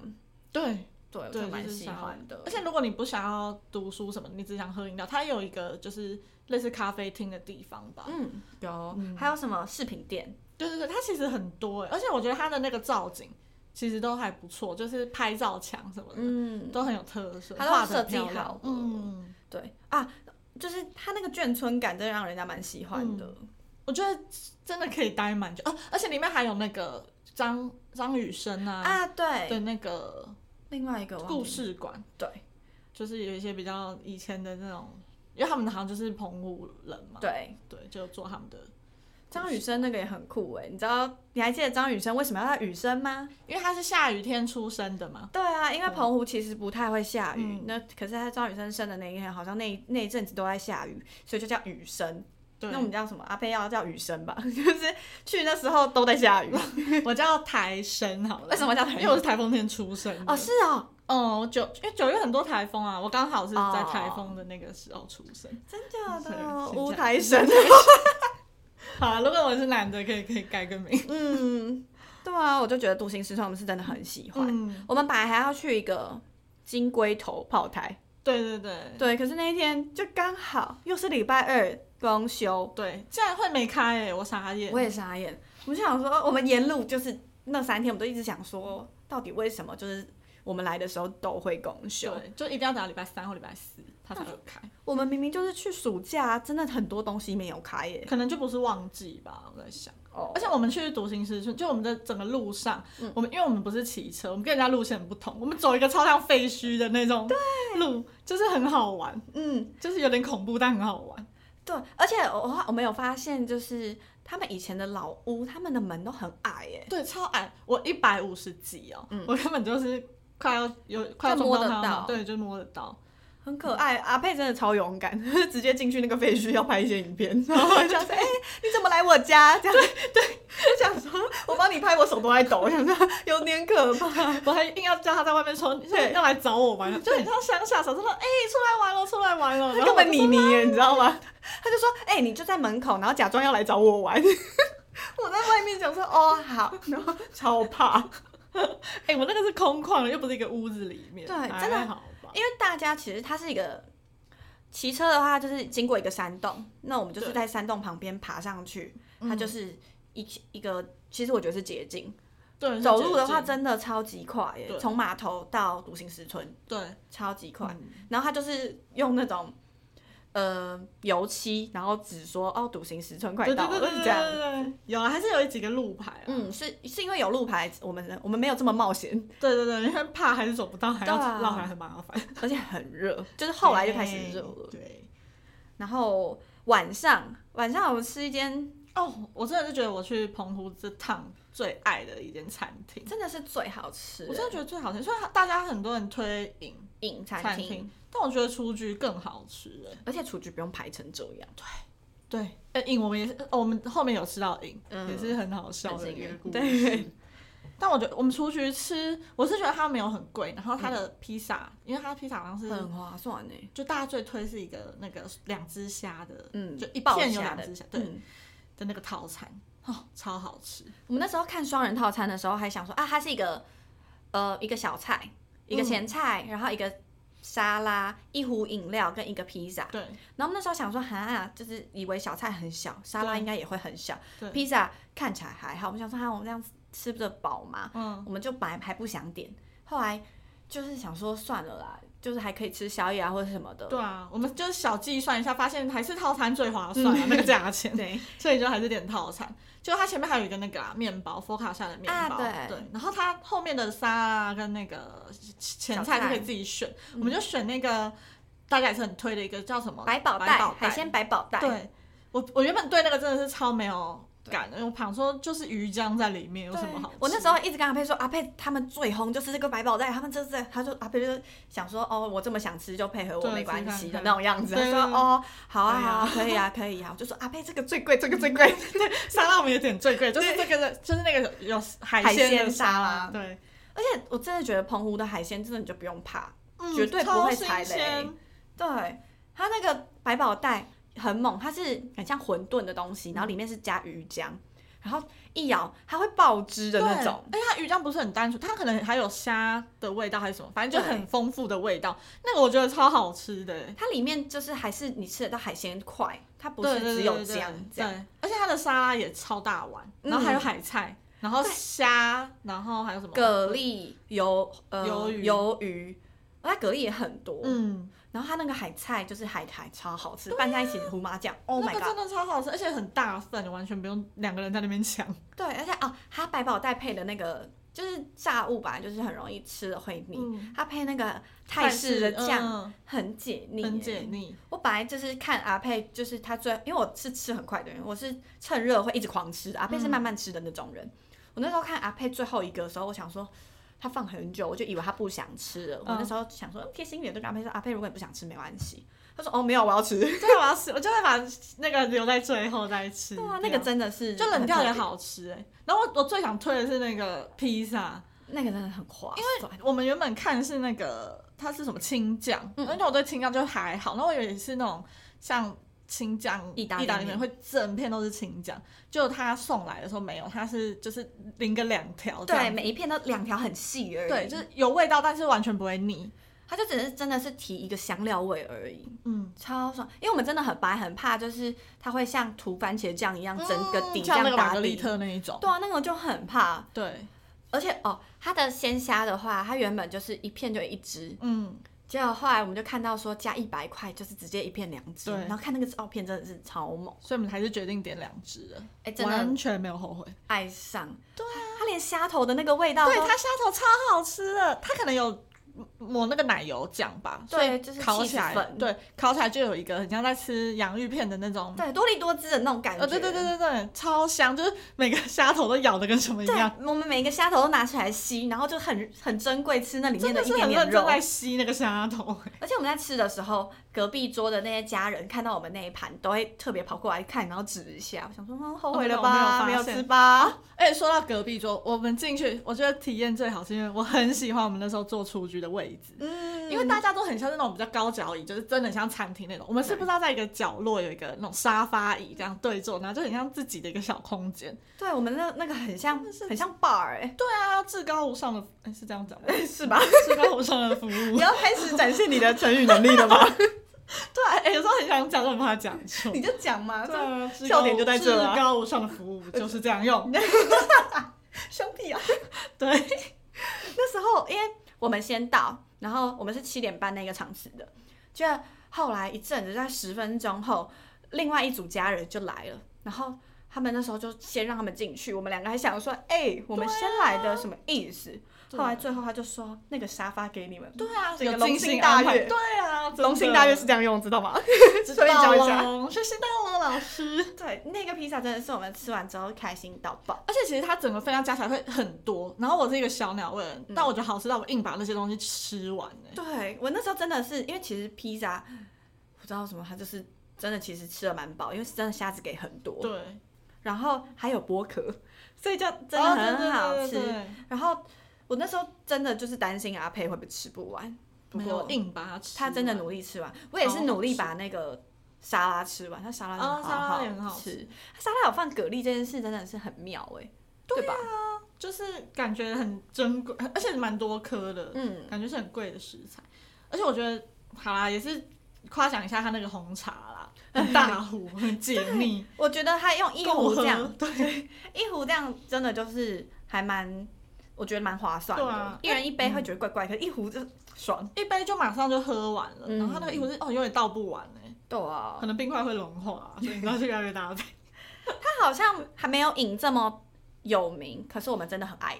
Speaker 2: 对
Speaker 1: 对，我
Speaker 2: 对，
Speaker 1: 就蛮
Speaker 2: 就是
Speaker 1: 喜
Speaker 2: 想要
Speaker 1: 欢的，
Speaker 2: 而且如果你不想要读书什么，你只想喝饮料，它有一个就是类似咖啡厅的地方吧。
Speaker 1: 嗯，有，还有什么饰品店，
Speaker 2: 对对对，它其实很多欸，而且我觉得它的那个造景其实都还不错，就是拍照墙什么的。
Speaker 1: 嗯，
Speaker 2: 都很有特色，
Speaker 1: 它
Speaker 2: 画
Speaker 1: 都
Speaker 2: 得
Speaker 1: 设计
Speaker 2: 漂亮
Speaker 1: 好了
Speaker 2: 嗯，
Speaker 1: 对啊，就是他那个眷村感，真的让人家蛮喜欢的。
Speaker 2: 我觉得真的可以待蛮久哦，而且里面还有那个张张雨生啊
Speaker 1: 啊，对，
Speaker 2: 的那个
Speaker 1: 另外一个忘记
Speaker 2: 故事馆，
Speaker 1: 对
Speaker 2: 就是有一些比较以前的那种，因为他们好像就是澎湖人嘛，
Speaker 1: 对，
Speaker 2: 对，就做他们的，
Speaker 1: 张雨生那个也很酷哎，你知道你还记得张雨生为什么要叫雨生吗？
Speaker 2: 因为他是下雨天出生的嘛，
Speaker 1: 对啊，因为澎湖其实不太会下雨，
Speaker 2: 嗯
Speaker 1: 那可是他张雨生生的那一天，好像那一那一阵子都在下雨，所以就叫雨生。 [laughs]
Speaker 2: 对
Speaker 1: 那我，们叫什么？阿佩要叫雨生吧， [laughs] 就是去那时候都在下雨。
Speaker 2: 我叫台生好了，
Speaker 1: 为什么叫台生
Speaker 2: 因为我是台风天出生的
Speaker 1: 哦，是哦，
Speaker 2: 哦，我九因为九月很多台风啊，我刚好是在
Speaker 1: 哦
Speaker 2: 台风的那个时候出生。
Speaker 1: 真
Speaker 2: [laughs]
Speaker 1: 假
Speaker 2: 是
Speaker 1: 的
Speaker 2: 是
Speaker 1: 乌
Speaker 2: 这样
Speaker 1: 台神。
Speaker 2: 好啊，如果我是男的，可以可以改个名。
Speaker 1: [laughs] 嗯，对啊，我就觉得独行时川我们是真的很喜欢。
Speaker 2: 嗯，
Speaker 1: 我们本来还要去一个金龟头炮台，
Speaker 2: [laughs] 对对对
Speaker 1: 对，可是那一天就刚好又是礼拜二公休，
Speaker 2: 对，竟然会没开欸诶、我傻眼。
Speaker 1: 我也傻眼。我们就想说，我们沿路就是那三天，我们都一直想说，到底为什么就是我们来的时候都会公休？
Speaker 2: 对，就一定要等到礼拜三或礼拜四，它才会开，
Speaker 1: 我们明明就是去暑假，真的很多东西没有开耶。
Speaker 2: 可能就不是旺季吧，我在想。
Speaker 1: 哦
Speaker 2: 而且我们去独行时，就我们的整个路上，我们因为我们不是骑车，我们跟人家路线很不同，我们走一个超像废墟的那种路，就是很好玩，
Speaker 1: 嗯，
Speaker 2: 就是有点恐怖，但很好玩。
Speaker 1: 对，而且我我们有发现，就是他们以前的老屋，他们的门都很矮耶。
Speaker 2: 对，超矮，我一百五十几哦，我根本就是快要有快要
Speaker 1: 就
Speaker 2: 撞
Speaker 1: 摸
Speaker 2: 到
Speaker 1: 得
Speaker 2: 它了
Speaker 1: 到，
Speaker 2: 对，就摸得到。
Speaker 1: 很可爱，阿佩真的超勇敢， [laughs] 直接进去那个废墟要拍一些影片，然后就说：“哎、你怎么来我家？”这样对对，就想说我帮你拍，我手都在抖，我想说有点可怕。
Speaker 2: 我还硬要叫他在外面说，你说
Speaker 1: 对嗯
Speaker 2: 要来找我玩，就很像乡下小时候说，哎、出来玩了，出来玩了，
Speaker 1: 他
Speaker 2: 然
Speaker 1: 根
Speaker 2: 后我
Speaker 1: 本
Speaker 2: 就
Speaker 1: 你
Speaker 2: 说
Speaker 1: 你耶，你知道吗？啊 [laughs] 他就说：“哎、你就在门口，然后假装要来找我玩。” [laughs] 我在外面讲说：“哦，好。”然后超怕，
Speaker 2: [laughs] 哎、我那个是空旷的，又不是一个屋子里面，
Speaker 1: 对
Speaker 2: 还
Speaker 1: 真的
Speaker 2: 好吧？
Speaker 1: 因为大家其实它是一个骑车的话，就是经过一个山洞，那我们就是
Speaker 2: 对嗯
Speaker 1: 在山洞旁边爬上去，它就是一、一个，其实我觉得是捷径。
Speaker 2: 对
Speaker 1: 走路的话，
Speaker 2: 这
Speaker 1: 真的超级快耶，
Speaker 2: 对
Speaker 1: 从码头到独行石村
Speaker 2: 对
Speaker 1: 超级快。
Speaker 2: 嗯
Speaker 1: 然后他就是用那种呃油漆，然后只说哦笃行十寸快
Speaker 2: 对对
Speaker 1: 到
Speaker 2: 对对
Speaker 1: 了，是
Speaker 2: 对
Speaker 1: 这样。
Speaker 2: 对，对有啊，还是有几个路牌啊。
Speaker 1: 嗯，是是因为有路牌，我们我们没有这么冒险，
Speaker 2: 对对对，因为怕还是走不到，还要
Speaker 1: 对啊
Speaker 2: 绕回来很麻烦。
Speaker 1: 而且很热，就是后来就开始热了。
Speaker 2: 对，
Speaker 1: 然后晚上晚上我们吃一间
Speaker 2: 哦，我真的是觉得我去澎湖这趟最爱的一间餐厅，
Speaker 1: 真的是最好吃
Speaker 2: 我
Speaker 1: 的
Speaker 2: 真的觉得最好吃。虽然大家很多人推饮
Speaker 1: 饮餐
Speaker 2: 餐
Speaker 1: 厅，
Speaker 2: 厅，但我觉得雏菊更好吃哎。
Speaker 1: 而且雏菊不用排成这样，
Speaker 2: 对，呃，饮我们也是，呃我们后面有吃到饮，
Speaker 1: 嗯
Speaker 2: 也是很好笑
Speaker 1: 很
Speaker 2: 的
Speaker 1: 幸
Speaker 2: 一个
Speaker 1: 运
Speaker 2: 故事。
Speaker 1: 对，
Speaker 2: 但我觉得我们出去吃，我是觉得它没有很贵，然后它的
Speaker 1: 嗯
Speaker 2: 披萨，因为它披萨好像是
Speaker 1: 很划算欸呢。
Speaker 2: 就大家最推是一个那个两只虾的，
Speaker 1: 嗯
Speaker 2: 就一
Speaker 1: 爆
Speaker 2: 片有
Speaker 1: 虾
Speaker 2: 两
Speaker 1: 的
Speaker 2: 只虾，对
Speaker 1: 嗯
Speaker 2: 的那个套餐，哦，超好吃。
Speaker 1: 我们那时候看双人套餐的时候，还想说啊，它是一个呃一个小菜，
Speaker 2: 嗯
Speaker 1: 一个前菜，然后一个沙拉，一壶饮料跟一个披萨。
Speaker 2: 对，
Speaker 1: 然后我们那时候想说，哈，就是以为小菜很小，沙拉
Speaker 2: 对
Speaker 1: 应该也会很小
Speaker 2: 对，
Speaker 1: 披萨看起来还好。我们想说，哈，我们这样吃不得饱吗？
Speaker 2: 嗯，
Speaker 1: 我们就本来还不想点，后来就是想说算了啦，就是还可以吃宵夜啊或者什么的。
Speaker 2: 对啊，我们就是小计算一下，发现还是套餐最划算、啊那个价钱，
Speaker 1: 嗯 [laughs] 对，
Speaker 2: 所以就还是点套餐。就它前面还有一个那个啊面包，佛卡夏的面包，
Speaker 1: 啊对
Speaker 2: 然后它后面的沙拉跟那个前菜
Speaker 1: 小
Speaker 2: 就
Speaker 1: 菜
Speaker 2: 可以自己选，我们就选那个大家也是很推的一个叫什么
Speaker 1: 百宝
Speaker 2: 百
Speaker 1: 袋，海鲜百宝袋，
Speaker 2: 对我，我原本对那个真的是超没有感的，因为我想说就是鱼浆在里面有
Speaker 1: 对
Speaker 2: 什么好吃？
Speaker 1: 我那时候一直跟阿佩说，阿佩他们最红就是这个百宝袋，他们就是他就阿佩就想说，哦，我这么想吃就配合我
Speaker 2: 对
Speaker 1: 没关系
Speaker 2: 吃看
Speaker 1: 的
Speaker 2: 看
Speaker 1: 那种样子。他
Speaker 2: 对
Speaker 1: 说
Speaker 2: 对对
Speaker 1: 哦，好啊
Speaker 2: 对
Speaker 1: 好
Speaker 2: 啊
Speaker 1: 啊，可以啊可以啊，我就说阿佩这个最贵，这个最贵。
Speaker 2: 沙拉我们也点最贵，就是这个就是那个有海
Speaker 1: 海
Speaker 2: 鲜的
Speaker 1: 鲜沙
Speaker 2: 拉，
Speaker 1: 拉
Speaker 2: 对，
Speaker 1: 而且我真的觉得澎湖的海鲜真的你就不用怕，绝对不会踩雷
Speaker 2: 嗯超新鲜
Speaker 1: 对它那个百宝袋很猛，它是很像馄饨的东西，然后里面是加鱼浆，然后一咬它会爆汁的那种。
Speaker 2: 对而且哎它鱼浆不是很单纯，它可能还有虾的味道还是什么，反正就很丰富的味道。那个我觉得超好吃的，
Speaker 1: 它里面就是还是你吃得到海鲜块，它不
Speaker 2: 对
Speaker 1: 是
Speaker 2: 对
Speaker 1: 只
Speaker 2: 对
Speaker 1: 有
Speaker 2: 对对
Speaker 1: 姜这样。
Speaker 2: 对，而且它的沙拉也超大碗，
Speaker 1: 嗯
Speaker 2: 然后还有海菜，然后虾，然后还有什么
Speaker 1: 蛤？蜊、鱿呃
Speaker 2: 鱿鱼
Speaker 1: 鱿鱼，它蛤蜊也很多。
Speaker 2: 嗯，啊
Speaker 1: 然后它那个海菜就是海苔，超好吃，拌在一起胡麻酱，Oh
Speaker 2: 那
Speaker 1: my
Speaker 2: 个真
Speaker 1: god！
Speaker 2: 的超好吃，而且很大份，完全不用两个人在那边抢。
Speaker 1: 对，而且哦，它百宝袋配的那个就是炸物吧，就是很容易吃了会腻。
Speaker 2: 嗯
Speaker 1: 它配那个泰式的酱、
Speaker 2: 嗯
Speaker 1: 很解腻，
Speaker 2: 很解。腻，
Speaker 1: 我本来就是看阿佩，就是他最，因为我是吃很快的人，我是趁热会一直狂吃，阿佩是慢慢吃的那种人。我那时候看阿佩最后一个的时候，我想说他放很久，我就以为他不想吃了。我那时候想说嗯贴心一点，就跟阿佩说，阿佩如果你不想吃没关系。他说哦没有，我要吃。对
Speaker 2: 对，我要吃，我就会把那个留在最后再吃。
Speaker 1: 啊，那个真的是
Speaker 2: 就冷
Speaker 1: 很
Speaker 2: 掉也
Speaker 1: 特别，
Speaker 2: 好吃哎。然后我我最想推的是那个披萨，
Speaker 1: 那个真的很划算。
Speaker 2: 我们原本看是那个它是什么青酱，
Speaker 1: 嗯
Speaker 2: 而且我对青酱就还好，那我以为是那种像青酱
Speaker 1: 意大利
Speaker 2: 意
Speaker 1: 面
Speaker 2: 大利面会整片都是青酱，就他送来的时候没有，他是就是淋个两条这
Speaker 1: 对，
Speaker 2: 样，
Speaker 1: 每一片都两条很细而已。
Speaker 2: 对，就是是有味道，但是完全不会腻，
Speaker 1: 他就只是真的是提一个香料味而已。
Speaker 2: 嗯，
Speaker 1: 超爽，因为我们真的很白很怕，就是它会像涂番茄酱一样，整个底这
Speaker 2: 嗯像那
Speaker 1: 样
Speaker 2: 个玛
Speaker 1: 打
Speaker 2: 格丽
Speaker 1: 底。
Speaker 2: 特那一种，
Speaker 1: 对啊，那个就很怕。
Speaker 2: 对，
Speaker 1: 而且哦，它的鲜虾的话，它原本就是一片就一只，
Speaker 2: 嗯，
Speaker 1: 结果后来我们就看到说加一百块就是直接一片两只，
Speaker 2: 对
Speaker 1: 然后看那个照片真的是超猛，
Speaker 2: 所以我们还是决定点两只的，
Speaker 1: 哎、真
Speaker 2: 完
Speaker 1: 的
Speaker 2: 全没有后悔。
Speaker 1: 爱上。对啊，它连虾头的那个味道都，
Speaker 2: 对，它虾头超好吃的，它可能有抹那个奶油酱吧，
Speaker 1: 对
Speaker 2: 所以
Speaker 1: 就是
Speaker 2: 烤
Speaker 1: cheese
Speaker 2: 起来，
Speaker 1: 粉
Speaker 2: 对，烤起来就有一个很像在吃洋芋片的那种，
Speaker 1: 对多利多汁的那种感觉。
Speaker 2: 呃，对对对。对对，超香，就是每个虾头都咬的跟什么一
Speaker 1: 对
Speaker 2: 样，，
Speaker 1: 我们每一个虾头都拿起来吸，然后就很很珍贵，吃那里面
Speaker 2: 真的
Speaker 1: 一
Speaker 2: 是
Speaker 1: 点
Speaker 2: 很
Speaker 1: 点
Speaker 2: 认
Speaker 1: 肉
Speaker 2: 真。在吸那个虾头，欸
Speaker 1: 而且我们在吃的时候，隔壁桌的那些家人看到我们那一盘，都会特别跑过来看，然后指一下。我想说，嗯，后悔了
Speaker 2: 哦
Speaker 1: 吧，
Speaker 2: 没
Speaker 1: 没
Speaker 2: 有
Speaker 1: 有
Speaker 2: 发现
Speaker 1: 吃吧？
Speaker 2: 哎，说到隔壁桌，我们进去，我觉得体验最好是因为我很喜欢我们那时候做雏菊的位置。
Speaker 1: 嗯，
Speaker 2: 因为大家都很像是那种比较高脚椅，就是真的很像餐厅那种。我们是不知道在一个角落有一个那种沙发椅这样对坐，然后就很像自己的一个小空间。
Speaker 1: 对我们那那个很像，很像 bar 哎、
Speaker 2: 对啊，至高无上的，哎、是这样讲吗？ [laughs]
Speaker 1: [laughs] 是吧？
Speaker 2: 至高无上的服务
Speaker 1: 你。要开始展现你的成语能力了吗？
Speaker 2: [laughs] 对啊，哎、有时候很想讲，但我怕讲错。
Speaker 1: [laughs] 你就讲嘛，
Speaker 2: 对啊，至高
Speaker 1: 笑点就在这啊
Speaker 2: 至高无上的服务就是这样
Speaker 1: [laughs]
Speaker 2: 用。
Speaker 1: 兄弟啊！ [laughs]
Speaker 2: 对，
Speaker 1: 那时候因为我们先到，然后我们是七点半那个场次的，就后来一阵子，在十分钟后，另外一组家人就来了，然后他们那时候就先让他们进去，我们两个还想说，哎、我们先来的什么意思？
Speaker 2: 对
Speaker 1: 后来最后他就说，那个沙发给你们。
Speaker 2: 对啊，
Speaker 1: 整
Speaker 2: 有
Speaker 1: 个龙
Speaker 2: 精
Speaker 1: 心
Speaker 2: 心
Speaker 1: 大
Speaker 2: 安排
Speaker 1: 悦
Speaker 2: 对啊，真
Speaker 1: 龙兴
Speaker 2: 的
Speaker 1: 大悦是这样用，知道
Speaker 2: [laughs]
Speaker 1: 吗？[laughs]
Speaker 2: 知
Speaker 1: 所以
Speaker 2: 道啊
Speaker 1: 讲一下
Speaker 2: 了，学习到了，老师。
Speaker 1: 对，那个披萨真的是我们吃完之后开心到爆。
Speaker 2: 而且其实它整个分量加起来会很多，然后我是一个小鸟胃人，
Speaker 1: 嗯
Speaker 2: 但我觉得好吃到我硬把那些东西吃完呢、
Speaker 1: 对我那时候真的是，因为其实披萨不知道为什么，它就是真的其实吃的蛮饱，因为真的虾子给很多，
Speaker 2: 对，
Speaker 1: 然后还有剥壳，所以就真的很好吃。
Speaker 2: 哦对对对对
Speaker 1: 然后我那时候真的就是担心阿佩会不会吃不完，不
Speaker 2: 对没有
Speaker 1: 过
Speaker 2: 硬把它吃
Speaker 1: 他
Speaker 2: 完，
Speaker 1: 真的努力吃完，我也是努力把那个沙拉吃完，他沙拉真的
Speaker 2: 哦沙拉
Speaker 1: 好
Speaker 2: 也很好
Speaker 1: 吃，它沙拉有放蛤蜊这件事真的是很妙哎、对
Speaker 2: [laughs]
Speaker 1: 吧？
Speaker 2: 就是感觉很珍贵，而且蛮多颗的，
Speaker 1: 嗯，
Speaker 2: 感觉是很贵的食材。而且我觉得，好啦，也是夸奖一下他那个红茶
Speaker 1: [laughs]
Speaker 2: 啦，很大壶，很解腻，
Speaker 1: 我觉得他用一
Speaker 2: 够
Speaker 1: 壶
Speaker 2: 喝
Speaker 1: 这样，，
Speaker 2: 对，
Speaker 1: 一壶这样真的就是还蛮，我觉得蛮划算的。
Speaker 2: 对啊
Speaker 1: 一人一杯会觉得怪怪，可一壶就爽。
Speaker 2: 一杯就马上就喝完了，
Speaker 1: 嗯
Speaker 2: 然后它那个一壶是哦，永远倒不完呢、
Speaker 1: 对啊
Speaker 2: 可，能冰块会融
Speaker 1: [laughs]
Speaker 2: 化，所以你知道就越来越搭配。
Speaker 1: 他好像还没有饮这么有名，可是我们真的很爱，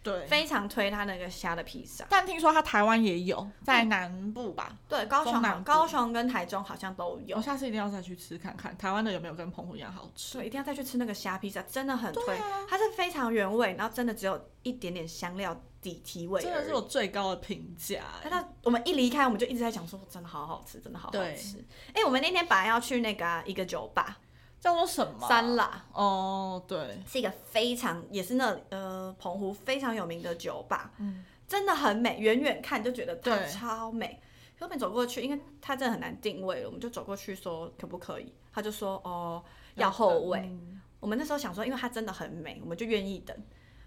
Speaker 2: 对，
Speaker 1: 非常推他那个虾的披萨。
Speaker 2: 但听说它台湾也有，在南部吧。
Speaker 1: 对，高雄
Speaker 2: 中
Speaker 1: 好，
Speaker 2: 南部
Speaker 1: 高雄跟台中好像都
Speaker 2: 我
Speaker 1: 有。
Speaker 2: 下次一定要再去吃看看，台湾的有没有跟澎湖一样好吃？
Speaker 1: 所以一定要再去吃那个虾披萨，真的很推
Speaker 2: 对。啊，
Speaker 1: 它是非常原味，然后真的只有一点点香料底提味而已。
Speaker 2: 真的是我最高的评价欸。
Speaker 1: 那我们一离开，我们就一直在讲说，真的好好吃，真的好好
Speaker 2: 对
Speaker 1: 吃。哎、我们那天本来要去那个啊、一个酒吧，
Speaker 2: 叫做什么？啊
Speaker 1: 三啦，哎
Speaker 2: 哦，对，
Speaker 1: 是一个非常也是那呃澎湖非常有名的酒吧，
Speaker 2: 嗯
Speaker 1: 真的很美，远远看就觉得它
Speaker 2: 对
Speaker 1: 超美。后面走过去，因为它真的很难定位了，我们就走过去说可不可以？他就说哦要后位。
Speaker 2: 嗯
Speaker 1: 我们那时候想说，因为它真的很美，我们就愿意等。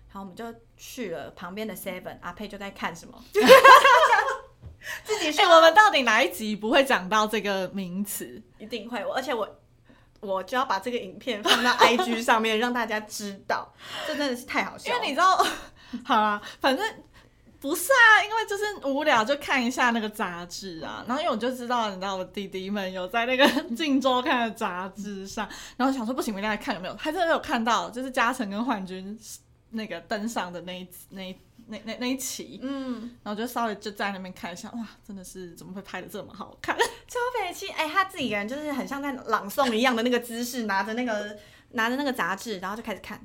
Speaker 1: 然后我们就去了旁边的 Seven，阿佩就在
Speaker 2: [laughs]
Speaker 1: 看什么，自己
Speaker 2: 哎、我们到底哪一集不会讲到这个名词？
Speaker 1: 一定会，我而且我我就要把这个影片放到 IG 上面，让大家知道，这真的是太好笑
Speaker 2: 因
Speaker 1: 了。
Speaker 2: 为你知道， [laughs] 好啦，反正不是啊，因为就是无聊就看一下那个杂志啊，然后因为我就知道，你知道我弟弟们有在那个 [laughs] 《镜周刊》的杂志上，然后想说不行，我一定要来看有没有，还真的有看到，就是嘉诚跟焕君那个登上的那一那一那那那一期，
Speaker 1: 嗯，
Speaker 2: 然后就稍微就在那边看一下，哇，真的是怎么会拍的这么好看？
Speaker 1: 超北七，哎、他自己一个人就是很像在朗诵一样的那个姿势，拿着那个拿着那个杂志，然后就开始看，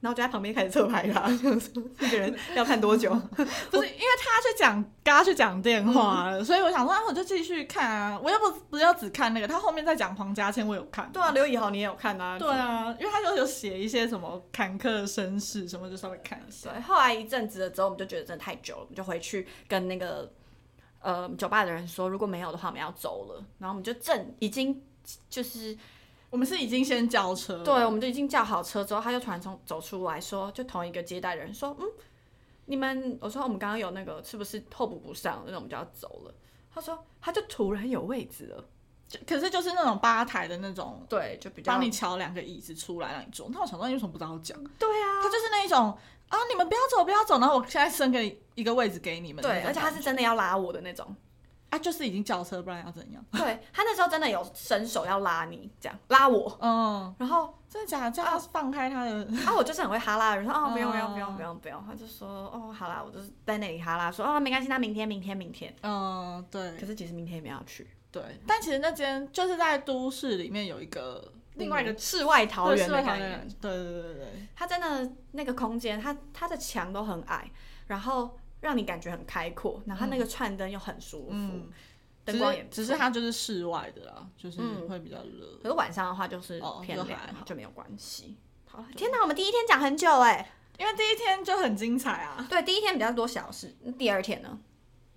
Speaker 1: 然后就在旁边开始侧拍他， [laughs] 想说这个人要看多久？
Speaker 2: 不是因为他去讲，跟他去讲电话了，所以我想说，啊，我就继续看啊，我又不不要只看那个，他后面在讲黄家千，我有看。
Speaker 1: 对啊，刘以豪你也有看啊？
Speaker 2: 对啊，因为他就有写一些什么坎坷身世什么，就稍微看一下。
Speaker 1: 对。啊后来一阵子了之后，我们就觉得真的太久了，我们就回去跟那个呃酒吧的人说，如果没有的话，我们要走了。然后我们就正已经就是
Speaker 2: 我们是已经先交车，
Speaker 1: 对，我们就已经叫好车之后，他就突然从走出来说，就同一个接待人说，嗯，你们，我说我们刚刚有那个是不是候补不上，那我们就要走了。他说他就突然有位置哦了，
Speaker 2: 就可是就是那种吧台的那种，
Speaker 1: 对，就比较
Speaker 2: 帮你瞧两个椅子出来让你坐。那我想说，你为什么不早讲？
Speaker 1: 对啊，
Speaker 2: 他就是那一种啊，你们不要走，不要走，然后我现在伸个一个位置给你们的那
Speaker 1: 对，
Speaker 2: 种
Speaker 1: 而
Speaker 2: 感
Speaker 1: 且
Speaker 2: 觉。
Speaker 1: 他是真的要拉我的那种，
Speaker 2: 啊，就是已经叫车，不然要怎样？
Speaker 1: 对他那时候真的有伸手要拉你，这样拉我，
Speaker 2: 嗯，
Speaker 1: 然后
Speaker 2: 真的假的？这样放开他的
Speaker 1: 啊，我就是很会哈拉的人，说哦，不用不用
Speaker 2: 哦
Speaker 1: 不用不用不用，他就说哦，好啦，我就是在那里哈拉，说哦，没关系，那明天明天明天，
Speaker 2: 嗯，对
Speaker 1: 可是其实明天也没有要去，
Speaker 2: 对，但其实那间就是在都市里面有一个另外一个
Speaker 1: 嗯世外桃
Speaker 2: 对
Speaker 1: 源
Speaker 2: 世
Speaker 1: 的
Speaker 2: 外桃
Speaker 1: 概
Speaker 2: 源
Speaker 1: 念。
Speaker 2: 对对对对
Speaker 1: 它真的那个空间，它它的墙都很矮，然后让你感觉很开阔，然后它那个串灯又很舒服，
Speaker 2: 嗯
Speaker 1: 灯光也
Speaker 2: 对，
Speaker 1: 不
Speaker 2: 只
Speaker 1: 错
Speaker 2: 是它就是室外的啦，就是
Speaker 1: 嗯
Speaker 2: 会比较热。
Speaker 1: 可是晚上的话就是
Speaker 2: 哦
Speaker 1: 偏
Speaker 2: 就
Speaker 1: 凉
Speaker 2: 还
Speaker 1: 嘛，
Speaker 2: 好
Speaker 1: 就没有关系。好了，天哪，我们第一天讲很久哎、
Speaker 2: 因为第一天就很精彩啊，
Speaker 1: 对，第一天比较多小事，第二天呢？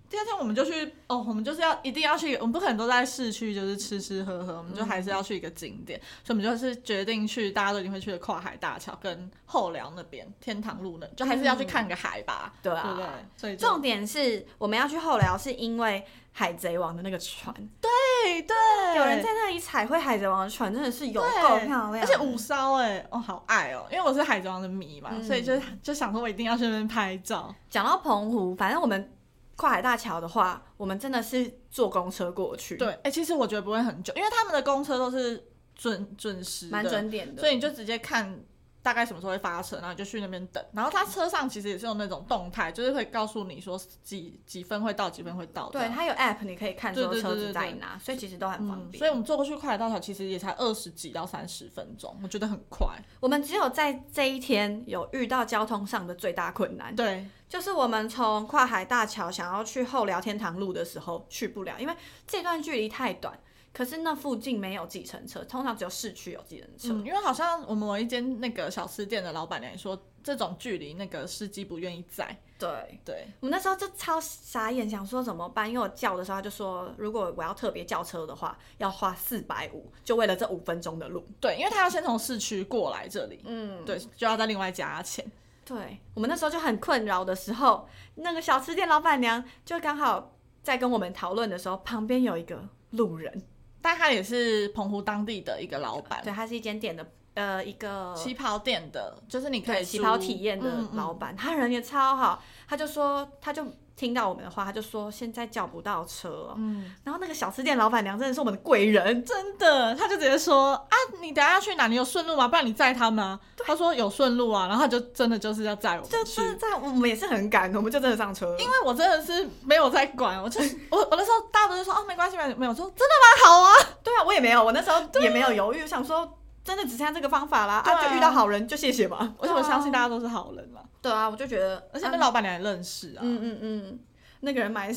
Speaker 2: 第二天我们就去哦，我们就是要一定要去，我们不可能都在市区就是吃吃喝喝，我们就还
Speaker 1: 嗯
Speaker 2: 是要去一个景点，所以我们就是决定去大家都一定会去的跨海大桥跟后寮那边天堂路那，就还是要去看个海吧，
Speaker 1: 嗯对
Speaker 2: 对不对
Speaker 1: 啊。？
Speaker 2: 所以就
Speaker 1: 重点是我们要去后寮，是因为海贼王的那个船，
Speaker 2: 对对，
Speaker 1: 有人在那里彩绘海贼王的船，真的是有
Speaker 2: 对
Speaker 1: 够漂亮，
Speaker 2: 而且五烧哎、哦好爱哦，因为我是海贼王的迷嘛，
Speaker 1: 嗯
Speaker 2: 所以就就想说我一定要去那边拍照。
Speaker 1: 讲到澎湖，反正我们跨海大桥的话，我们真的是坐公车过去，
Speaker 2: 对，，哎、其实我觉得不会很久，因为他们的公车都是准准时的，
Speaker 1: 蛮准点的。
Speaker 2: 所以你就直接看大概什么时候会发车，然后你就去那边等。然后他车上其实也是有那种动态，就是会告诉你说几几分会到，几分会到这
Speaker 1: 对，
Speaker 2: 样。
Speaker 1: 它有 app，你可以看
Speaker 2: 对
Speaker 1: 说
Speaker 2: 对对
Speaker 1: 车
Speaker 2: 对
Speaker 1: 子
Speaker 2: 对
Speaker 1: 在哪，所以其实都很方
Speaker 2: 嗯，
Speaker 1: 便。
Speaker 2: 所以我们坐过去快乐大桥其实也才二十几到三十分钟，我觉得很快。
Speaker 1: 我们只有在这一天有遇到交通上的最大困难，
Speaker 2: 对，
Speaker 1: 就是我们从跨海大桥想要去后寮天堂路的时候去不了，因为这段距离太短。可是那附近没有计程车，通常只有市区有计程车。
Speaker 2: 嗯，因为好像我们某一间那个小吃店的老板娘也说，这种距离那个司机不愿意载。
Speaker 1: 对，
Speaker 2: 对，
Speaker 1: 我们那时候就超傻眼，想说怎么办？因为我叫的时候，他就说如果我要特别叫车的话，要花四百五，就为了这五分钟的路。
Speaker 2: 对，因为他要先从市区过来这里，
Speaker 1: 嗯，
Speaker 2: 对，就要再另外加钱。
Speaker 1: 对，我们那时候就很困扰的时候，那个小吃店老板娘就刚好在跟我们讨论的时候，旁边有一个路人，
Speaker 2: 但他也是澎湖当地的一个老板，
Speaker 1: 对，他是一间店的呃一个
Speaker 2: 旗袍店的，就是你可
Speaker 1: 对
Speaker 2: 以
Speaker 1: 旗
Speaker 2: 租
Speaker 1: 袍体验的
Speaker 2: 嗯嗯
Speaker 1: 老板，他人也超好，他就说他就听到我们的话，他就说现在叫不到车哦、
Speaker 2: 嗯，
Speaker 1: 然后那个小吃店老板娘真的是我们的贵人，
Speaker 2: 真的，他就直接说啊，你等下要去哪？你有顺路吗？不然你载他们啊。他说有顺路啊，然后他就真的就是要载我
Speaker 1: 就
Speaker 2: 们去
Speaker 1: 真。的在我们也是很赶，我们就真的上车了，
Speaker 2: 因为我真的是没有在管，我就是我我那时候大家都是说哦没关系没有没有，我说真的吗？好啊，
Speaker 1: 对啊，我也没有，我那时候也没有犹豫，想说真的只剩下这个方法啦，啊，
Speaker 2: 对啊
Speaker 1: 就遇到好人就谢谢嘛。啊
Speaker 2: 而且我相信大家都是好人啦，
Speaker 1: 对啊，我就觉得，
Speaker 2: 而且那老板娘也认识啊，
Speaker 1: 嗯嗯嗯，那个人买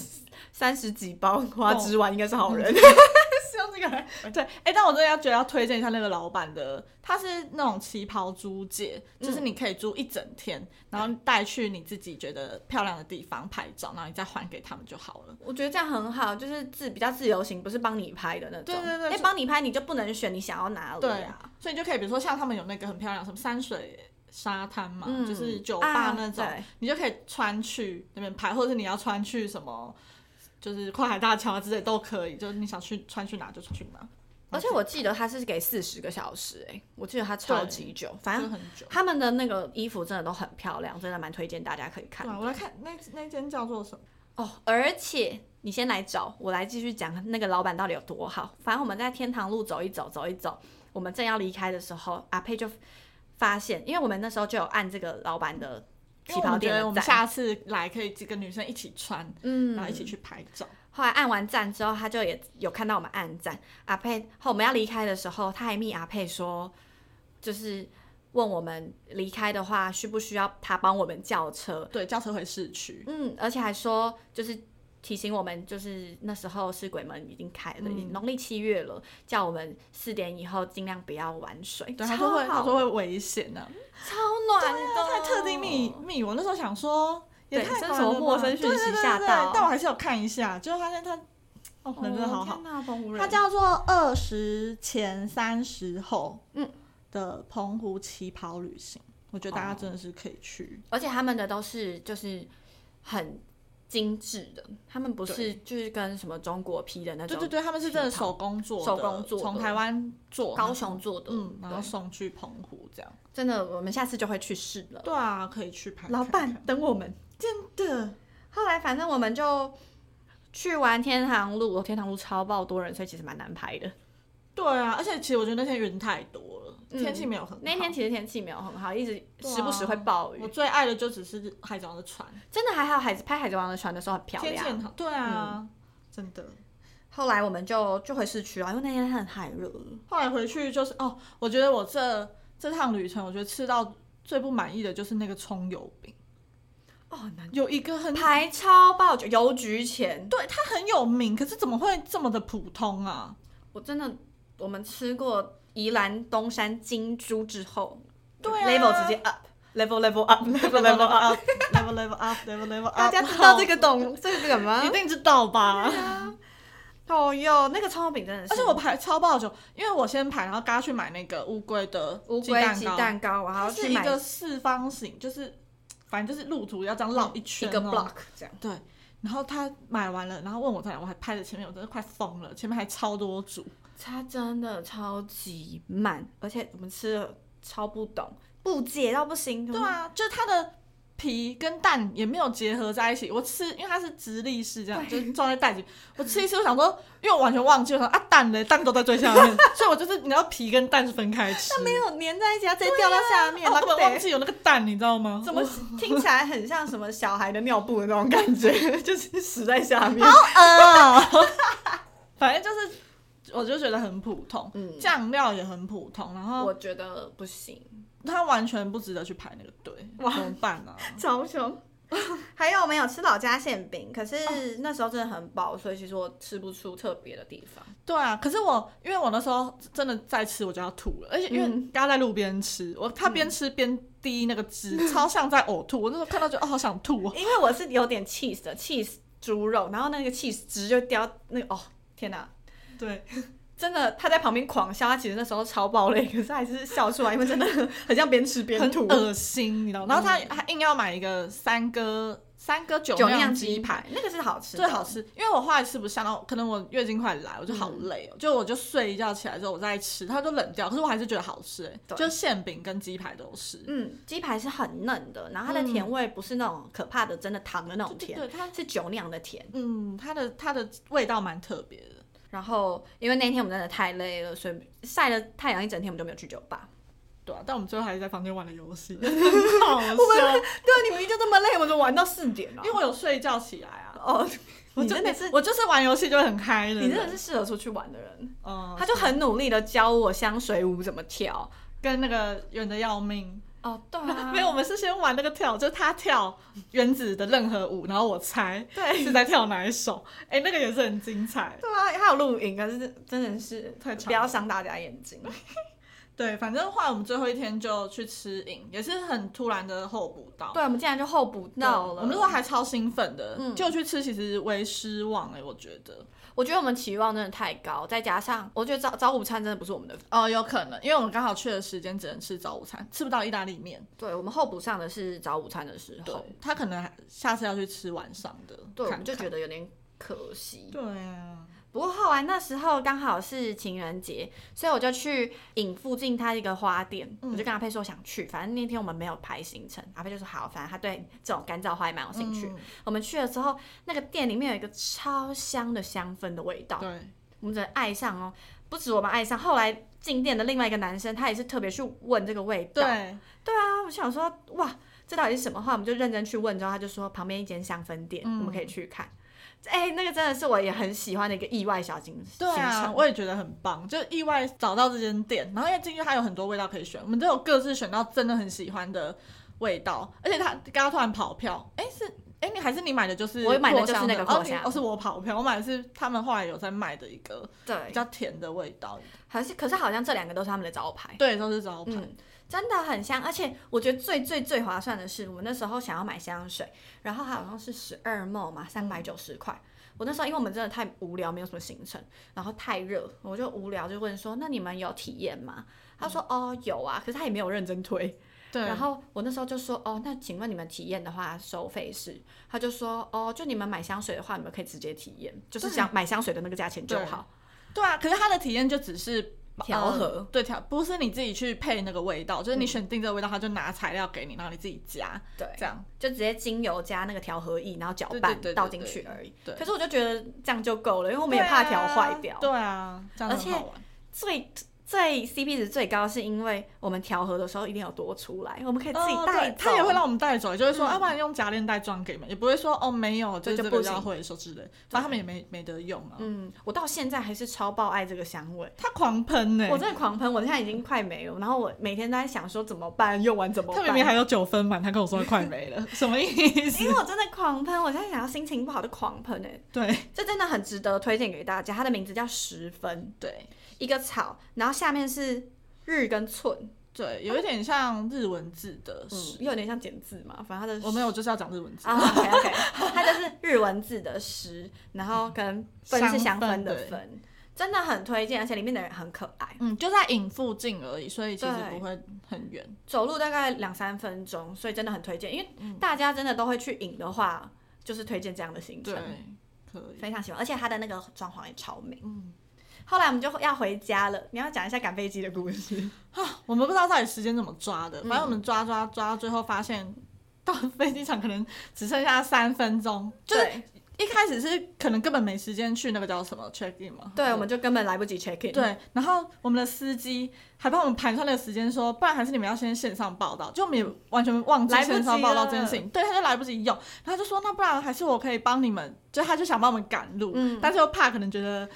Speaker 1: 三十几包花枝丸应该是好人，
Speaker 2: 是用这个来对，哎、但我真的要觉得要推荐一下那个老板的，他是那种旗袍租借，就是
Speaker 1: 嗯
Speaker 2: 你可以租一整天，然后带去你自己觉得漂亮的地方拍照，然后你再还给他们就好了。
Speaker 1: 我觉得这样很好，就是自比较自由行，不是帮你拍的那种。
Speaker 2: 对对对
Speaker 1: 哎、帮你拍你就不能选你想要哪里
Speaker 2: 对
Speaker 1: 啊？，
Speaker 2: 所以你就可以比如说像他们有那个很漂亮什么山水沙滩嘛，
Speaker 1: 嗯
Speaker 2: 就是酒吧那种，
Speaker 1: 啊对
Speaker 2: 你就可以穿去那边拍，或者是你要穿去什么。就是跨海大桥之类都可以，就是你想去穿去哪就穿去哪，
Speaker 1: 而且我记得他是给四十个小时、哎，我记得他超级久，反
Speaker 2: 就
Speaker 1: 正
Speaker 2: 很啊久。
Speaker 1: 他们的那个衣服真的都很漂亮，真的蛮推荐大家可以看
Speaker 2: 对啊，我来看那那间叫做什么？
Speaker 1: 哦，而且你先来找我来继续讲那个老板到底有多好。反正我们在天堂路走一走，走一走，我们正要离开的时候，阿佩就发现，因为我们那时候就有按这个老板的
Speaker 2: 因
Speaker 1: 旗
Speaker 2: 为我
Speaker 1: 袍
Speaker 2: 们觉
Speaker 1: 店
Speaker 2: 得我
Speaker 1: 的
Speaker 2: 们
Speaker 1: 赞，
Speaker 2: 下次来可以几个女生一起穿，
Speaker 1: 嗯
Speaker 2: 然后一起去拍照。
Speaker 1: 后来按完赞之后，他就也有看到我们按赞。阿佩后我们要离开的时候，他还密阿佩说，就是问我们离开的话需不需要他帮我们叫车，
Speaker 2: 对，轿车回市区。
Speaker 1: 嗯，而且还说就是提醒我们，就是那时候是鬼门已经开了，
Speaker 2: 嗯
Speaker 1: 已经农历七月了，叫我们四点以后尽量不要玩水。
Speaker 2: 对，
Speaker 1: 超
Speaker 2: 他说会，他
Speaker 1: 好，
Speaker 2: 说会危险呢、啊。
Speaker 1: 超暖的，
Speaker 2: 他还特地密密我，那时候想说，也
Speaker 1: 对
Speaker 2: 太
Speaker 1: 这
Speaker 2: 暖
Speaker 1: 什么
Speaker 2: 了
Speaker 1: 陌
Speaker 2: 吧
Speaker 1: 生讯
Speaker 2: 哦对对
Speaker 1: 息
Speaker 2: 对
Speaker 1: 吓
Speaker 2: 对
Speaker 1: 到
Speaker 2: 但我还是有看一下，结果发现他，哦，人真的好好。
Speaker 1: 天哪，澎湖人，
Speaker 2: 它叫做二十前三十后，
Speaker 1: 嗯
Speaker 2: 的澎湖旗袍旅行，我觉得大家
Speaker 1: 哦
Speaker 2: 真的是可以去。
Speaker 1: 而且他们的都是就是很精致的，他们不是就是跟什么中国批的那
Speaker 2: 对对
Speaker 1: 种，
Speaker 2: 对，他们是真的
Speaker 1: 旗袍
Speaker 2: 手工做的，
Speaker 1: 手工做
Speaker 2: 从
Speaker 1: 的
Speaker 2: 台湾做，
Speaker 1: 高雄做的，
Speaker 2: 嗯，然后
Speaker 1: 对，
Speaker 2: 送去澎湖这样。
Speaker 1: 真的，我们下次就会去试了。
Speaker 2: 对啊，可以去拍。
Speaker 1: 老板 [laughs] 等我们。
Speaker 2: 真的，
Speaker 1: 后来反正我们就去完天堂路，天堂路超爆多人，所以其实蛮难拍的。
Speaker 2: 对啊，而且其实我觉得那天云太多了，
Speaker 1: 嗯
Speaker 2: 天气没有很好。
Speaker 1: 那天其实天气没有很好，一直
Speaker 2: 对啊
Speaker 1: 时不时会暴雨。
Speaker 2: 我最爱的就只是海上的船，
Speaker 1: 真的还好，海拍海贼王的船的时候很漂
Speaker 2: 天气很
Speaker 1: 亮。嗯
Speaker 2: 好。对啊，真的。
Speaker 1: 后来我们就就回市区啊了，因为那天很太热了。
Speaker 2: 后来回去就是哦，我觉得我这这趟旅程，我觉得吃到最不满意的就是那个葱油饼，
Speaker 1: 哦，很难
Speaker 2: 有一个很
Speaker 1: 排超爆久，邮局前
Speaker 2: 对它很有名，可是怎么会这么的普通啊？
Speaker 1: 我真的我们吃过宜兰东山金珠之后，
Speaker 2: 对啊
Speaker 1: l e v e l 直接 up，level level
Speaker 2: [laughs]
Speaker 1: up，level level up。
Speaker 2: up，level level up，level level up，
Speaker 1: 大家知道这个懂这个梗吗
Speaker 2: 一？定知道吧？
Speaker 1: 哦哟，那个葱油饼真的是，
Speaker 2: 而且我排超爆久，因为我先排，然后刚去买那个乌龟的
Speaker 1: 乌
Speaker 2: 鸡
Speaker 1: 龟
Speaker 2: 蛋
Speaker 1: 鸡
Speaker 2: 糕，
Speaker 1: 蛋糕，然
Speaker 2: 它
Speaker 1: 后
Speaker 2: 是
Speaker 1: 去
Speaker 2: 一
Speaker 1: 买
Speaker 2: 个四方形，就是反正就是路途要这样绕一圈、
Speaker 1: 一个 block 这样。
Speaker 2: 对，然后他买完了，然后问我在哪，我还拍着前面，我真的快疯了，前面还超多组。
Speaker 1: 它真的超级慢，而且我们吃了超不懂，不解到不行。
Speaker 2: 对，啊，就是它的皮跟蛋也没有结合在一起。我吃，因为它是直立式这样，就是装在袋子里。我吃一次，我想说，因为我完全忘记了，我想啊蛋嘞，蛋都在最下面，所以我就是你知道皮跟蛋是分开吃。
Speaker 1: 没有粘在一起，它直接掉到下面，
Speaker 2: 我
Speaker 1: 那
Speaker 2: 根
Speaker 1: 个
Speaker 2: 本忘记有那个蛋，你知道吗？
Speaker 1: 怎么听起来很像什么小孩的尿布的那种感 [laughs] 觉，就是死在下面。
Speaker 2: 哦 [laughs] 反正就是，我就觉得很普通，
Speaker 1: 嗯
Speaker 2: 酱料也很普通，然后
Speaker 1: 我觉得不行，
Speaker 2: 它完全不值得去排那个队，怎么办啊呢、
Speaker 1: 超 [laughs] 凶。还有没有吃老家馅饼？可是那时候真的很饱，所以其实我吃不出特别的地方。
Speaker 2: [laughs] 对啊，可是我因为我那时候真的在吃，我就要吐了，而且因为嗯
Speaker 1: 嗯
Speaker 2: 刚刚在路边吃，我他边吃边滴那个汁， [laughs] 超像在呕吐。我那时候看到就哦，好想吐哦。
Speaker 1: 因为我是有点 cheese 的 cheese 猪肉，然后那个 cheese 汁就掉那个哦，天哪！
Speaker 2: 对，
Speaker 1: 真的，他在旁边狂笑，他其实那时候超爆泪，可是他还是笑出来，因 [laughs] 为真的很像边吃边
Speaker 2: 很
Speaker 1: 吐。
Speaker 2: 恶心，你知道吗？然后他还硬要买一个三哥三哥嗯酒
Speaker 1: 酒
Speaker 2: 酿
Speaker 1: 酿
Speaker 2: 鸡
Speaker 1: 鸡
Speaker 2: 排。
Speaker 1: 排那个是好吃的，
Speaker 2: 最好吃，因为我后来吃不下，然后可能我月经快来，我就好累
Speaker 1: 嗯
Speaker 2: 哦，就我就睡一觉起来之后我再吃，它就冷掉，可是我还是觉得好吃哎、
Speaker 1: 对
Speaker 2: 就馅饼跟鸡排都是，
Speaker 1: 嗯，鸡排是很嫩的，然后它的甜味不是那种可怕的，真的糖的那种甜，
Speaker 2: 对它，
Speaker 1: 是酒酿的甜。
Speaker 2: 嗯，它的它的味道蛮特别的，
Speaker 1: 然后因为那天我们真的太累了，所以晒了太阳一整天，我们就没有去酒吧。
Speaker 2: 对啊，但我们最后还是在房间玩了游
Speaker 1: [laughs]
Speaker 2: 戏，很好笑，
Speaker 1: 对啊，你明明就这么累，我就玩到四点了
Speaker 2: 因为我有睡觉起来啊，
Speaker 1: [laughs] 哦，
Speaker 2: 我
Speaker 1: 你
Speaker 2: 就
Speaker 1: 真的是，
Speaker 2: 我就是玩游戏就会很嗨的人，
Speaker 1: 你真的是适合出去玩的人。
Speaker 2: 嗯，
Speaker 1: 他就很努力的教我香水舞怎么跳。
Speaker 2: 跟那个远的要命。
Speaker 1: 哦，对
Speaker 2: 没有，我们是先玩那个跳，就是他跳原子的任何舞，然后我猜
Speaker 1: 对
Speaker 2: 是在跳哪一首。哎、那个也是很精彩。
Speaker 1: 对啊，还有录影，可是真的是
Speaker 2: 太长
Speaker 1: 不要伤大家眼睛。
Speaker 2: 对，反正后来我们最后一天就去吃饮，也是很突然的候补到。
Speaker 1: 对，我们竟然就候补到了。
Speaker 2: 我们那时候还超兴奋的，
Speaker 1: 嗯
Speaker 2: 就去吃，其实为失望哎、我觉得。
Speaker 1: 我觉得我们期望真的太高，再加上我觉得早早午餐真的不是我们的，
Speaker 2: 哦，有可能，因为我们刚好去的时间只能吃早午餐，吃不到意大利面。
Speaker 1: 对我们候补上的是早午餐的时
Speaker 2: 对
Speaker 1: 候，，
Speaker 2: 他可能还下次要去吃晚上的，
Speaker 1: 对，我
Speaker 2: 看
Speaker 1: 们就
Speaker 2: 看
Speaker 1: 觉得有点可惜。
Speaker 2: 对啊。
Speaker 1: 不过后来那时候刚好是情人节，所以我就去影附近他一个花店，我就跟阿佩说想去，反正那天我们没有排行程，阿佩就说好，反正他对这种干燥花也蛮有兴趣。
Speaker 2: 嗯
Speaker 1: 我们去的时候，那个店里面有一个超香的香氛的味道，
Speaker 2: 对，
Speaker 1: 我们真的爱上哦。不止我们爱上，后来进店的另外一个男生，他也是特别去问这个味道。
Speaker 2: 对，
Speaker 1: 对啊，我想说，哇，这到底是什么话？我们就认真去问，之后他就说旁边一间香氛店，
Speaker 2: 嗯
Speaker 1: 我们可以去看。哎、那个真的是我也很喜欢的一个意外小惊喜。
Speaker 2: 对啊，
Speaker 1: 行程
Speaker 2: 我也觉得很棒，就意外找到这间店，然后因为进去它有很多味道可以选，我们都有各自选到真的很喜欢的味道，而且它刚刚突然跑票，哎、是哎、你还是你买的就是
Speaker 1: 我买的就是
Speaker 2: 扩香
Speaker 1: 那个
Speaker 2: 哦
Speaker 1: 扩
Speaker 2: 你
Speaker 1: 香
Speaker 2: 哦是我跑票，我买的是他们后来有在卖的一个比
Speaker 1: 对，
Speaker 2: 较甜的味道，
Speaker 1: 还是可是好像这两个都是他们的招牌，
Speaker 2: 对，都是招牌，
Speaker 1: 嗯，真的很香。而且我觉得最最最划算的是，我们那时候想要买香水，然后它好像是十二梦嘛，三
Speaker 2: 嗯
Speaker 1: 百九十块。我那时候因为我们真的太无聊，没有什么行程，然后太热，我就无聊就问说：“那你们有体验吗？”他说：“
Speaker 2: 嗯
Speaker 1: 哦，有啊。”可是他也没有认真推，
Speaker 2: 对，
Speaker 1: 然后我那时候就说，哦，那请问你们体验的话，收费是？他就说，哦，就你们买香水的话，你们可以直接体验，就是
Speaker 2: 对
Speaker 1: 想买香水的那个价钱就好。
Speaker 2: 对啊，可是它的体验就只是。
Speaker 1: 调和嗯
Speaker 2: 呃对调，不是你自己去配那个味道，就是你选定这个味道，它就拿材料给你，然后你自己加，
Speaker 1: 对，
Speaker 2: 这样
Speaker 1: 就直接精油加那个调和液，然后搅
Speaker 2: 对对
Speaker 1: 拌
Speaker 2: 对对
Speaker 1: 倒进
Speaker 2: 对
Speaker 1: 去而已。
Speaker 2: 对
Speaker 1: 可是我就觉得这样就够了，因为我们也怕调坏掉。
Speaker 2: 对啊，这样
Speaker 1: 而
Speaker 2: 很好玩。
Speaker 1: 最最 CP 值最高，是因为我们调和的时候一定有多出来，我们可以自己
Speaker 2: 嗯
Speaker 1: 带
Speaker 2: 对
Speaker 1: 走。
Speaker 2: 他也会让我们带走，就会说，啊要、不然用夹链袋装给你们，也不会说哦没有，就
Speaker 1: 对
Speaker 2: 这
Speaker 1: 就
Speaker 2: 个
Speaker 1: 不
Speaker 2: 要
Speaker 1: 行
Speaker 2: 回收之类，反正他们也没没得用啊。
Speaker 1: 嗯，我到现在还是超爆爱这个香味。
Speaker 2: 他狂喷欸呢、
Speaker 1: 我真的狂喷，我现在已经快没了。然后我每天都在想说怎么办，用完怎么
Speaker 2: 他
Speaker 1: 办？
Speaker 2: 明明还有九分满，他跟我说快没了， [laughs] 什么意思？
Speaker 1: 因为我真的狂喷，我现在想要心情不好就狂喷哎、
Speaker 2: 对
Speaker 1: 这真的很值得推荐给大家。它的名字叫十分，
Speaker 2: 对
Speaker 1: 一个草，然后下面是日跟寸，
Speaker 2: 对，有一点像日文字的
Speaker 1: 嗯
Speaker 2: 十，，
Speaker 1: 又有点像简字嘛，反正它的
Speaker 2: 我没有，我就是要讲日文字。
Speaker 1: 啊，OK [laughs] OK，它就是日文字的十，然后跟分是香氛的
Speaker 2: 香氛
Speaker 1: 嗯分，真的很推荐，而且里面的人很可爱，
Speaker 2: 嗯，就在影附近而已，所以其实
Speaker 1: 对
Speaker 2: 不会很远。
Speaker 1: 走路大概两三分钟，所以真的很推荐。因为大家真的都会去影的话，就是推荐这样的行
Speaker 2: 对
Speaker 1: 程。，
Speaker 2: 可以。
Speaker 1: 非常喜欢，而且它的那个装潢也超美。
Speaker 2: 嗯
Speaker 1: 后来我们就要回家了，你要讲一下赶飞机的故事。 [laughs]
Speaker 2: 啊我们不知道到底时间怎么抓的，
Speaker 1: 嗯
Speaker 2: 反正我们抓抓抓，最后发现到飞机场可能只剩下三分钟，就是
Speaker 1: 对
Speaker 2: 一开始是可能根本没时间去那个叫什么 check in 嘛，
Speaker 1: 对，我们就根本来不及 check in。，
Speaker 2: 对，然后我们的司机还帮我们盘算那个时间说，不然还是你们要先线上报道，就我们也完全忘记
Speaker 1: 来不
Speaker 2: 线上
Speaker 1: 及
Speaker 2: 报道
Speaker 1: 了
Speaker 2: 这件事情，对，他就来不及用，然后就说那不然还是我可以帮你们，就他就想帮我们赶路，
Speaker 1: 嗯
Speaker 2: 但是又怕可能觉得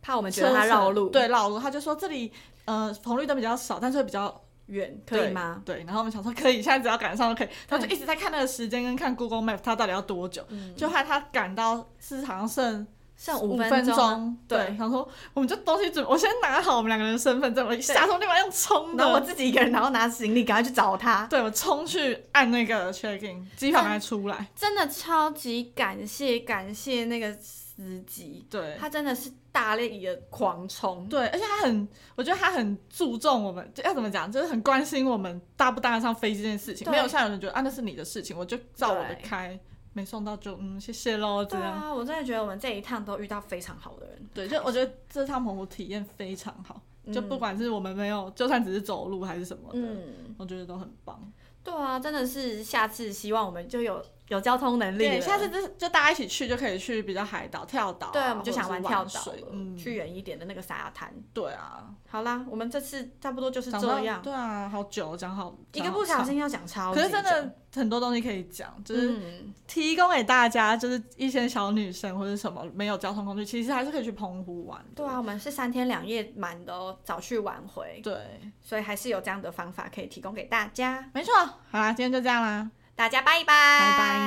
Speaker 1: 怕我们觉得他绕路，
Speaker 2: 车程对，绕路，他就说这里呃红绿灯比较少，但是会比较
Speaker 1: 远可以吗？？
Speaker 2: 对，对然后我们想说可以，现在只要赶上就可以，他就
Speaker 1: 对
Speaker 2: 一直在看那个时间跟看 Google Map 它到底要多久，
Speaker 1: 嗯，
Speaker 2: 就害他赶到市场剩
Speaker 1: 剩
Speaker 2: 五
Speaker 1: 五
Speaker 2: 分
Speaker 1: 钟啊。
Speaker 2: 钟，
Speaker 1: 对
Speaker 2: 对，想说我们就东西准，我先拿好我们两个人的身份证，我下从立马用冲
Speaker 1: 然后我
Speaker 2: 的，
Speaker 1: 自己一个人，然后拿行李赶快去找他，
Speaker 2: 对我冲去按那个 check in，机房才出来，
Speaker 1: 真的超级感谢感谢那个司机，
Speaker 2: 对
Speaker 1: 他真的是大力的狂冲，
Speaker 2: 对，而且他很，我觉得他很注重我们，就要怎么讲，就是很关心我们搭不搭得上飞机这件事情，
Speaker 1: 对
Speaker 2: 没有像有人觉得啊那是你的事情，我就照我的
Speaker 1: 对
Speaker 2: 开，没送到就嗯谢谢喽这
Speaker 1: 对
Speaker 2: 样，
Speaker 1: 啊，我真的觉得我们这一趟都遇到非常好的人，
Speaker 2: 对，就我觉得这趟澎湖体验非常好，就不
Speaker 1: 嗯
Speaker 2: 管是我们没有，就算只是走路还是什么的，
Speaker 1: 嗯，
Speaker 2: 我觉得都很棒。
Speaker 1: 对啊，真的是下次希望我们就有有交通能力
Speaker 2: 对，
Speaker 1: 了，
Speaker 2: 下次就就大家一起去就可以去比较海岛跳岛啊、
Speaker 1: 对，我们
Speaker 2: 或者
Speaker 1: 就想
Speaker 2: 是玩
Speaker 1: 跳岛
Speaker 2: 水
Speaker 1: 了，
Speaker 2: 嗯，
Speaker 1: 去远一点的那个沙滩。
Speaker 2: 对啊，
Speaker 1: 好啦，我们这次差不多就是
Speaker 2: 讲
Speaker 1: 这
Speaker 2: 到
Speaker 1: 样，
Speaker 2: 对啊，好久讲好
Speaker 1: 一个不小，心要讲
Speaker 2: 讲
Speaker 1: 超
Speaker 2: 好
Speaker 1: 级
Speaker 2: 长可
Speaker 1: 久，
Speaker 2: 是真的很多东西可以讲，就是
Speaker 1: 嗯，
Speaker 2: 提供给大家，就是一些小女生或者什么没有交通工具，其实还是可以去澎湖玩的。
Speaker 1: 对啊，我们是三天两夜满的哦，早去晚回，
Speaker 2: 对，
Speaker 1: 所以还是有这样的方法可以提供给大家，
Speaker 2: 没错。好啦，今天就这样啦，
Speaker 1: 大家拜
Speaker 2: 拜
Speaker 1: 拜，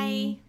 Speaker 2: 拜。